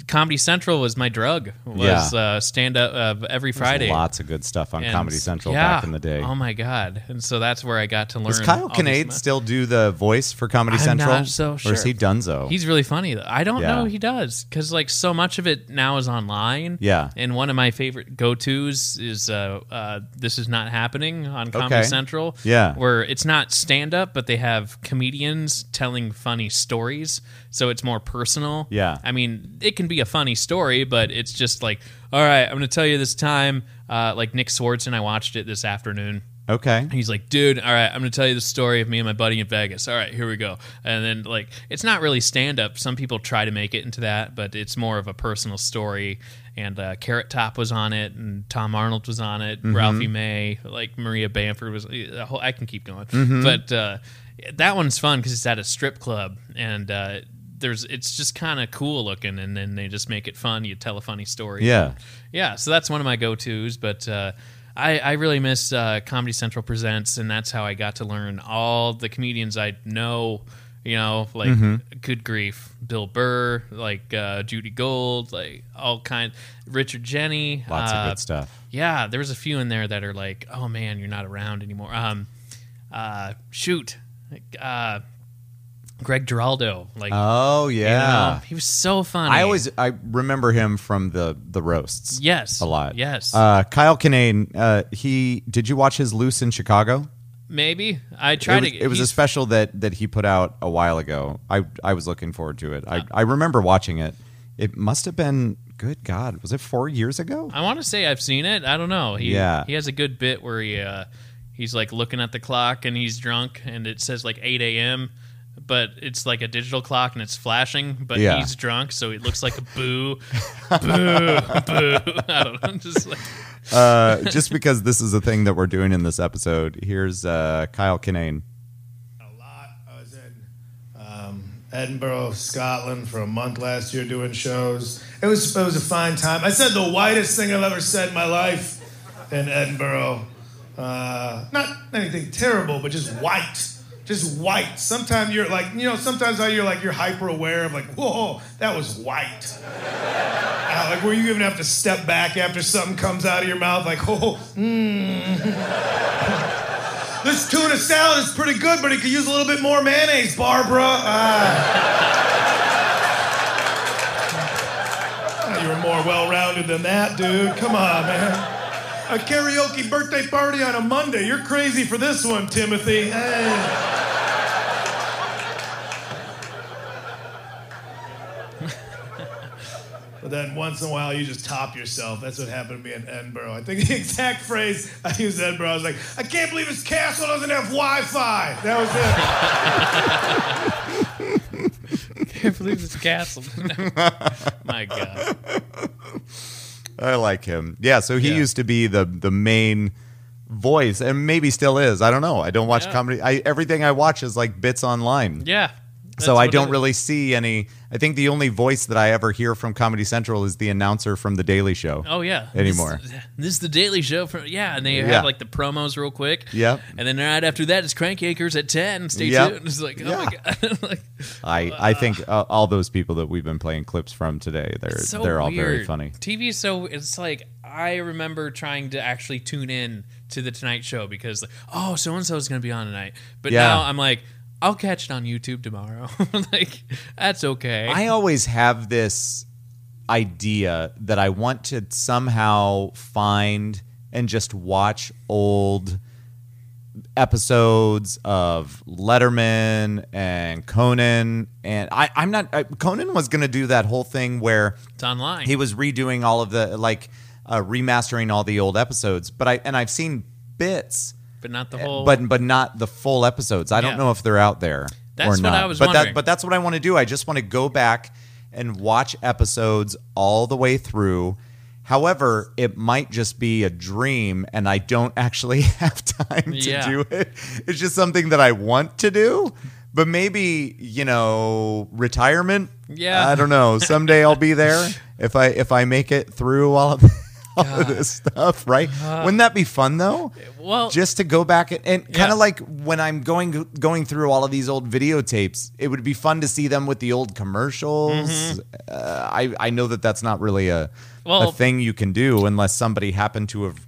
Speaker 2: Comedy Central was my drug. Was
Speaker 1: Yeah.
Speaker 2: uh, stand up uh, every Friday.
Speaker 1: Lots of good stuff on
Speaker 2: And-
Speaker 1: Comedy Central
Speaker 2: yeah.
Speaker 1: back in the day.
Speaker 2: Oh my god! And so that's where I got to learn.
Speaker 1: Does Kyle
Speaker 2: all these
Speaker 1: Kinnaid
Speaker 2: ma-
Speaker 1: still do the voice for Comedy
Speaker 2: I'm
Speaker 1: Central?
Speaker 2: not so
Speaker 1: Or
Speaker 2: sure.
Speaker 1: is he Dunzo?
Speaker 2: He's really funny. though. I don't
Speaker 1: Yeah.
Speaker 2: know he does because like so much of it now is online.
Speaker 1: Yeah.
Speaker 2: And one of my favorite go tos is uh, uh, "This Is Not Happening" on Comedy
Speaker 1: Okay.
Speaker 2: Central.
Speaker 1: Yeah.
Speaker 2: Where it's not stand up, but they have comedians telling funny stories, so it's more personal.
Speaker 1: Yeah.
Speaker 2: I mean, it can be a funny story, but it's just like, all right, I'm going to tell you this time. Uh, like Nick Swartzen, I watched it this afternoon.
Speaker 1: okay.
Speaker 2: He's like, dude, all right, I'm going to tell you the story of me and my buddy in Vegas. All right, here we go. And then, like, it's not really stand up. Some people try to make it into that, but it's more of a personal story. And uh, Carrot Top was on it, and Tom Arnold was on it, Ralphie May, like Maria Bamford was. uh, the whole- I can keep going. But uh, that one's fun because it's at a strip club, and uh, there's it's just kind of cool looking, and then they just make it fun. You tell a funny story.
Speaker 1: Yeah.
Speaker 2: Yeah, so that's one of my go tos, but uh, I, I really miss uh, Comedy Central Presents, and that's how I got to learn all the comedians I know. You know, like
Speaker 1: Mm-hmm.
Speaker 2: good grief, Bill Burr, like uh, Judy Gold, like all kind, Richard Jenny,
Speaker 1: Lots
Speaker 2: uh,
Speaker 1: of good stuff.
Speaker 2: Yeah, there's a few in there that are like, oh man, you're not around anymore. Um, uh, shoot, uh, Greg Giraldo, like,
Speaker 1: Oh
Speaker 2: you know,
Speaker 1: yeah.
Speaker 2: he was so funny.
Speaker 1: I always I remember him from the the roasts.
Speaker 2: yes
Speaker 1: A lot.
Speaker 2: yes.
Speaker 1: Uh, Kyle Kinane, uh, he did you watch his Loose in Chicago?
Speaker 2: Maybe I
Speaker 1: It
Speaker 2: tried
Speaker 1: was,
Speaker 2: to.
Speaker 1: it was a
Speaker 2: he's-
Speaker 1: special that that he put out a while ago. I I was looking forward to it. I, I remember watching it. It must have been good God, was it four years ago?
Speaker 2: I want to say I've seen it. I don't know. He,
Speaker 1: Yeah.
Speaker 2: He has a good bit where he uh, he's like looking at the clock and he's drunk and it says like 8 a.m. But it's like a digital clock and it's flashing, but
Speaker 1: Yeah.
Speaker 2: he's drunk, so it looks like a boo, boo, boo. I don't know. Just like
Speaker 1: Uh, just because this is a thing that we're doing in this episode, here's uh, Kyle Kinane.
Speaker 8: a lot. I was in um, Edinburgh, Scotland for a month last year doing shows. It was it was a fine time. I said the whitest thing I've ever said in my life in Edinburgh. Uh, not anything terrible, but just white. Just white. Sometimes you're like, you know, sometimes how you're like you're hyper aware of like, whoa, that was white. Uh, like where you even have to step back after something comes out of your mouth, like, oh, this tuna salad is pretty good, but it could use a little bit more mayonnaise, Barbara. Uh, Ah. Ah, you were more well-rounded than that, dude. Come on, man. A karaoke birthday party on a Monday. You're crazy for this one, Timothy. Hey. But then once in a while, you just top yourself. That's what happened to me in Edinburgh. I think the exact phrase I used in Edinburgh, I was like, I can't believe his castle doesn't have Wi Fi. That was it.
Speaker 2: can't believe this castle. My God,
Speaker 1: I like him. Yeah, so he
Speaker 2: Yeah.
Speaker 1: used to be the the main voice, and maybe still is. I don't know. I don't watch
Speaker 2: Yeah.
Speaker 1: comedy. I everything I watch is like bits online.
Speaker 2: yeah. that's
Speaker 1: so I
Speaker 2: what it
Speaker 1: don't
Speaker 2: is.
Speaker 1: really see any. I think the only voice that I ever hear from Comedy Central is the announcer from The Daily Show.
Speaker 2: Oh yeah.
Speaker 1: Anymore.
Speaker 2: This, this is the Daily Show from yeah, and they
Speaker 1: Yeah.
Speaker 2: have like the promos real quick.
Speaker 1: Yep.
Speaker 2: And then right after that is Crank Acres at ten. Stay
Speaker 1: Yep.
Speaker 2: tuned. It's like oh
Speaker 1: Yeah.
Speaker 2: my god. like,
Speaker 1: I I think uh, all those people that we've been playing clips from today, they're
Speaker 2: so
Speaker 1: they're all very
Speaker 2: weird.
Speaker 1: funny.
Speaker 2: TV is so it's like I remember trying to actually tune in to the Tonight Show because like, oh so and so is going to be on tonight, but
Speaker 1: Yeah.
Speaker 2: now I'm like I'll catch it on YouTube tomorrow. like that's okay.
Speaker 1: I always have this idea that I want to somehow find and just watch old episodes of Letterman and Conan and I I'm not I, Conan was going to do that whole thing where
Speaker 2: it's online.
Speaker 1: he was redoing all of the like uh, remastering all the old episodes but I and I've seen bits
Speaker 2: but not the whole.
Speaker 1: but but not the full episodes. I
Speaker 2: Yeah.
Speaker 1: don't know if they're out there
Speaker 2: That's
Speaker 1: or
Speaker 2: what
Speaker 1: not.
Speaker 2: I was
Speaker 1: but
Speaker 2: wondering.
Speaker 1: that but that's what I want to do. I just want to go back and watch episodes all the way through. However, it might just be a dream and I don't actually have time to
Speaker 2: Yeah.
Speaker 1: do it. It's just something that I want to do. But maybe, you know, retirement
Speaker 2: Yeah.
Speaker 1: I don't know. Someday I'll be there if I if I make it through all of, all of this stuff, right? Wouldn't that be fun though?
Speaker 2: Uh-huh. well-
Speaker 1: just to go back and, and kind
Speaker 2: Yeah.
Speaker 1: of like when I'm going going through all of these old videotapes, it would be fun to see them with the old commercials. Uh, I I know that that's not really a a
Speaker 2: Mm-hmm. Well-
Speaker 1: thing you can do unless somebody happened to have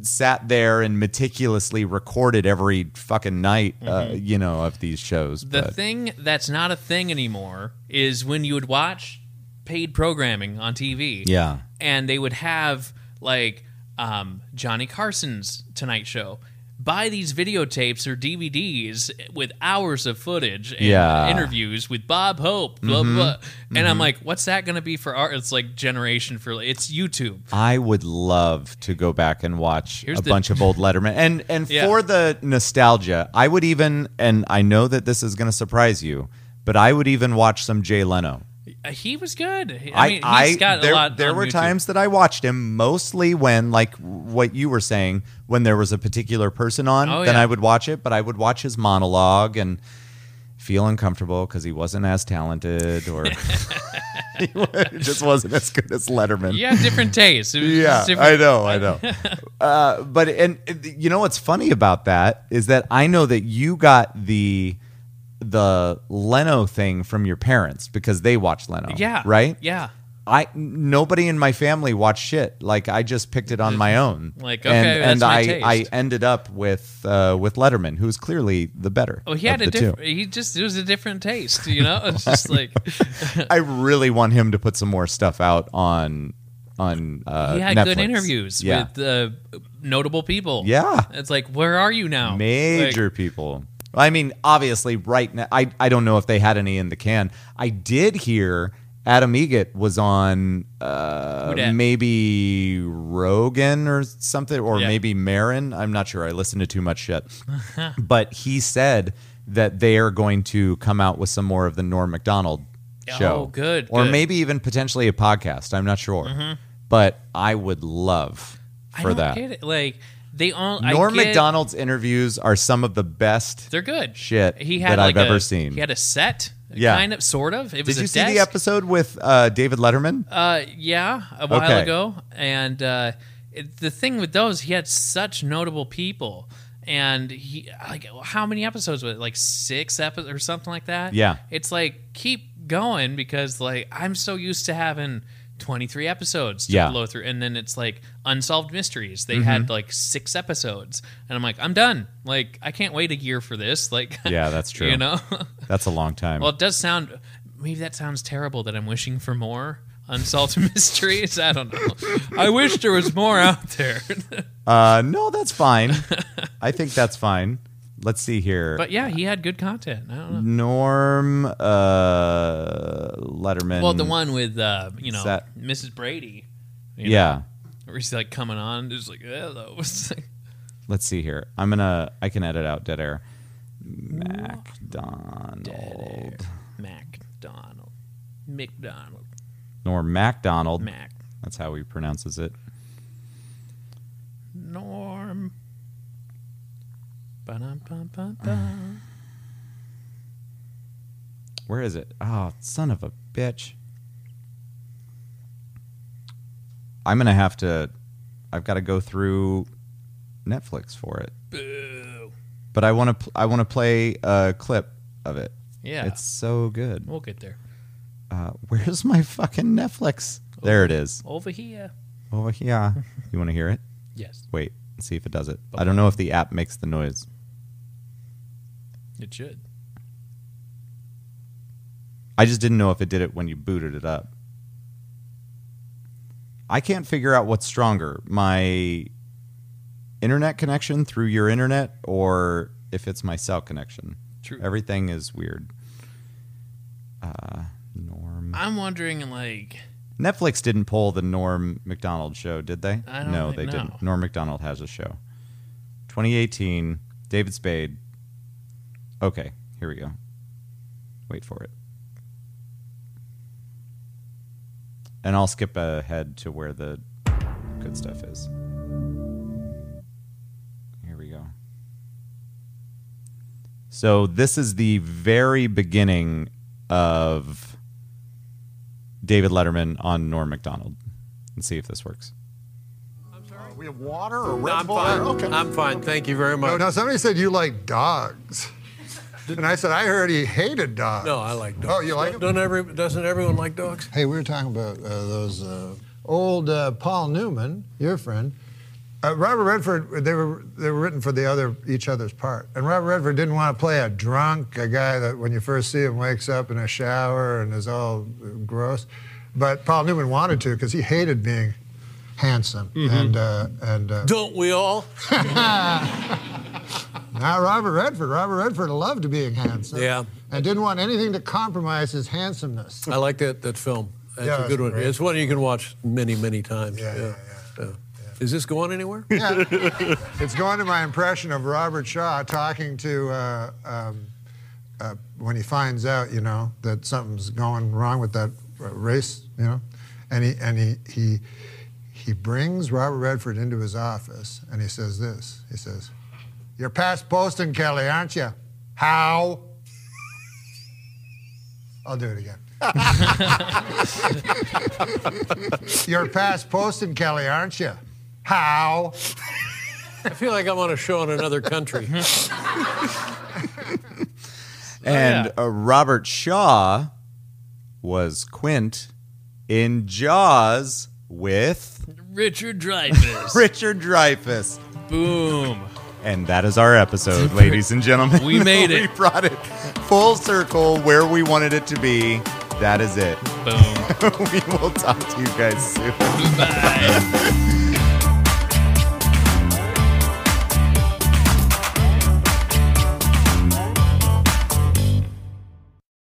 Speaker 1: sat there and meticulously recorded every fucking night, uh, you know, of these shows.
Speaker 2: Mm-hmm. The
Speaker 1: but-
Speaker 2: thing that's not a thing anymore is when you would watch paid programming on TV.
Speaker 1: Yeah.
Speaker 2: And they would have like um, Johnny Carson's Tonight Show. Buy these videotapes or DVDs with hours of footage and
Speaker 1: Yeah. Mm-hmm.
Speaker 2: interviews with Bob Hope, blah blah. And I'm like, what's that going to be for our? It's like generation for it's YouTube.
Speaker 1: I would love to go back and watch
Speaker 2: Here's
Speaker 1: a
Speaker 2: the-
Speaker 1: bunch of old Letterman. And and
Speaker 2: Yeah.
Speaker 1: for the nostalgia, I would even and I know that this is going to surprise you, but I would even watch some Jay Leno.
Speaker 2: Uh, He was good. I, mean, he's got
Speaker 1: there,
Speaker 2: a lot.
Speaker 1: there
Speaker 2: on
Speaker 1: were
Speaker 2: YouTube.
Speaker 1: times that I watched him mostly when like what you were saying when there was a particular person on,
Speaker 2: Oh,
Speaker 1: then
Speaker 2: yeah.
Speaker 1: I would watch it, but I would watch his monologue and feel uncomfortable cuz he wasn't as talented or he just wasn't as good as Letterman.
Speaker 2: Yeah, different tastes. It was
Speaker 1: Yeah,
Speaker 2: just different-
Speaker 1: I know, I know. uh, but and you know what's funny about that is that I know that you got the the Leno thing from your parents because they watched Leno.
Speaker 2: Yeah.
Speaker 1: Right.
Speaker 2: Yeah.
Speaker 1: I nobody in my family watched shit. Like I just picked it on my own.
Speaker 2: Mm-hmm. Like,
Speaker 1: and,
Speaker 2: okay,
Speaker 1: and
Speaker 2: that's my
Speaker 1: I I
Speaker 2: taste.
Speaker 1: ended up with uh, with Letterman, who's clearly the better.
Speaker 2: Well, Oh, he
Speaker 1: of
Speaker 2: had a
Speaker 1: the two.
Speaker 2: different. He just it was a different taste, you know. It's just like
Speaker 1: I really want him to put some more stuff out on on. Uh,
Speaker 2: he had good
Speaker 1: Netflix.
Speaker 2: interviews
Speaker 1: Yeah.
Speaker 2: with uh, notable people.
Speaker 1: Yeah.
Speaker 2: it's like where are you now?
Speaker 1: major people. I mean, obviously, right now, I, I don't know if they had any in the can. I did hear Adam Egett was on uh,
Speaker 2: Who dat?
Speaker 1: maybe Rogan or something, or
Speaker 2: Yeah.
Speaker 1: maybe Marin. I'm not sure. I listened to too much shit. but he said that they are going to come out with some more of the Norm MacDonald
Speaker 2: Oh,
Speaker 1: show.
Speaker 2: good,
Speaker 1: Or
Speaker 2: good. Mm-hmm.
Speaker 1: maybe even potentially a podcast. I'm not sure. But I would love
Speaker 2: I
Speaker 1: for
Speaker 2: don't
Speaker 1: that.
Speaker 2: get it. Like they all
Speaker 1: Norm
Speaker 2: I get,
Speaker 1: McDonald's interviews are some of the best.
Speaker 2: They're good.
Speaker 1: Shit
Speaker 2: he had
Speaker 1: that I've
Speaker 2: like a-
Speaker 1: ever seen.
Speaker 2: He had a set.
Speaker 1: Yeah.
Speaker 2: kind of, sort of. It was
Speaker 1: Did you
Speaker 2: a
Speaker 1: see
Speaker 2: desk.
Speaker 1: the episode with uh, David Letterman?
Speaker 2: Uh, yeah, a while
Speaker 1: Okay.
Speaker 2: ago. And uh, it, the thing with those, he had such notable people, and he like how many episodes was it? Like six episodes or something like that.
Speaker 1: Yeah.
Speaker 2: it's like keep going because like I'm so used to having. 23 episodes to
Speaker 1: Yeah. Mm-hmm.
Speaker 2: blow through and then it's like unsolved mysteries they had like six episodes and i'm like i'm done like i can't wait a year for this like
Speaker 1: Yeah, that's true.
Speaker 2: you know
Speaker 1: That's a long time.
Speaker 2: Well, it does sound. Maybe that sounds terrible that I'm wishing for more unsolved mysteries. I don't know. I wish there was more out there.
Speaker 1: uh, no, that's fine. I think that's fine. Let's see here.
Speaker 2: but yeah, he had good content. I don't know.
Speaker 1: Norm uh, Letterman.
Speaker 2: Well, the one with uh, you know
Speaker 1: That-
Speaker 2: Mrs. Brady,
Speaker 1: Yeah.
Speaker 2: where she's like coming on, just like hello. It's like-
Speaker 1: Let's see here. I'm gonna. I can edit out dead air. MacDonald.
Speaker 2: McDonald, McDonald,
Speaker 1: Norm MacDonald.
Speaker 2: Mac,
Speaker 1: That's how he pronounces it.
Speaker 2: Norm. Ba-dum-bum-bum-bum.
Speaker 1: Where is it? Oh, son of a bitch. I'm going to have to I've got to go through Netflix for it.
Speaker 2: Boo.
Speaker 1: But I want to pl- I want to play a clip of it.
Speaker 2: Yeah,
Speaker 1: It's so good.
Speaker 2: we'll get there.
Speaker 1: Uh, where's my fucking Netflix? There it is.
Speaker 2: Over here.
Speaker 1: Over here. You want to hear it?
Speaker 2: Yes,
Speaker 1: Wait, let's see if it does it. I don't know if the app makes the noise.
Speaker 2: it should.
Speaker 1: I just didn't know if it did it when you booted it up. I can't figure out what's stronger, my internet connection through your internet or if it's my cell connection.
Speaker 2: True.
Speaker 1: Everything is weird. Uh, Norm.
Speaker 2: I'm wondering, like,
Speaker 1: Netflix didn't pull the Norm McDonald show, did they?
Speaker 2: I don't
Speaker 1: no,
Speaker 2: think-
Speaker 1: they
Speaker 2: no.
Speaker 1: didn't. Norm McDonald has a show. 2018, David Spade. Okay, here we go. Wait for it. And I'll skip ahead to where the good stuff is. Here we go. So this is the very beginning of David Letterman on Norm Macdonald and see if this works.
Speaker 9: We have water or Red
Speaker 10: I'm
Speaker 9: Bull?
Speaker 10: fine.
Speaker 9: Okay.
Speaker 10: I'm fine. Thank you very
Speaker 9: No,
Speaker 10: much.
Speaker 9: no, somebody said you like dogs. And I said, I heard he hated dogs.
Speaker 10: No, I like dogs.
Speaker 9: Oh, you like 'em?
Speaker 10: Don't every, doesn't everyone like dogs?
Speaker 9: Hey, we were talking about uh, those uh, old uh, Paul Newman, your friend. Uh, Robert Redford, they were they were written for the other each other's part, and Robert Redford didn't want to play a drunk, a guy that when you first see him wakes up in a shower and is all gross. But Paul Newman wanted to because he hated being handsome,
Speaker 10: Mm-hmm.
Speaker 9: and uh, and uh,
Speaker 10: Don't we all?
Speaker 9: now Robert Redford, Robert Redford loved being handsome,
Speaker 10: Yeah.
Speaker 9: and didn't want anything to compromise his handsomeness.
Speaker 10: I like that that film. That's
Speaker 9: Yeah,
Speaker 10: a good
Speaker 9: it's
Speaker 10: one.
Speaker 9: great.
Speaker 10: It's one you can watch many, many times.
Speaker 9: Yeah, yeah,
Speaker 10: yeah. Is this going anywhere?
Speaker 9: Yeah. it's going to my impression of Robert Shaw talking to uh, um, uh, when he finds out, you know, that something's going wrong with that uh, race, you know, and he and he he he brings Robert Redford into his office and he says this. He says, "You're past posting, Kelly, aren't you? How?" I'll do it again. You're past posting, Kelly, aren't you? How?
Speaker 10: I feel like I'm on a show in another country.
Speaker 1: And
Speaker 2: Oh, yeah.
Speaker 1: uh, Robert Shaw was Quint in Jaws with
Speaker 2: Richard Dreyfuss.
Speaker 1: Richard Dreyfuss.
Speaker 2: Boom.
Speaker 1: And that is our episode, ladies and gentlemen.
Speaker 2: We made
Speaker 1: we
Speaker 2: it.
Speaker 1: brought it full circle where we wanted it to be. That is it.
Speaker 2: Boom.
Speaker 1: we will talk to you guys soon.
Speaker 2: Bye.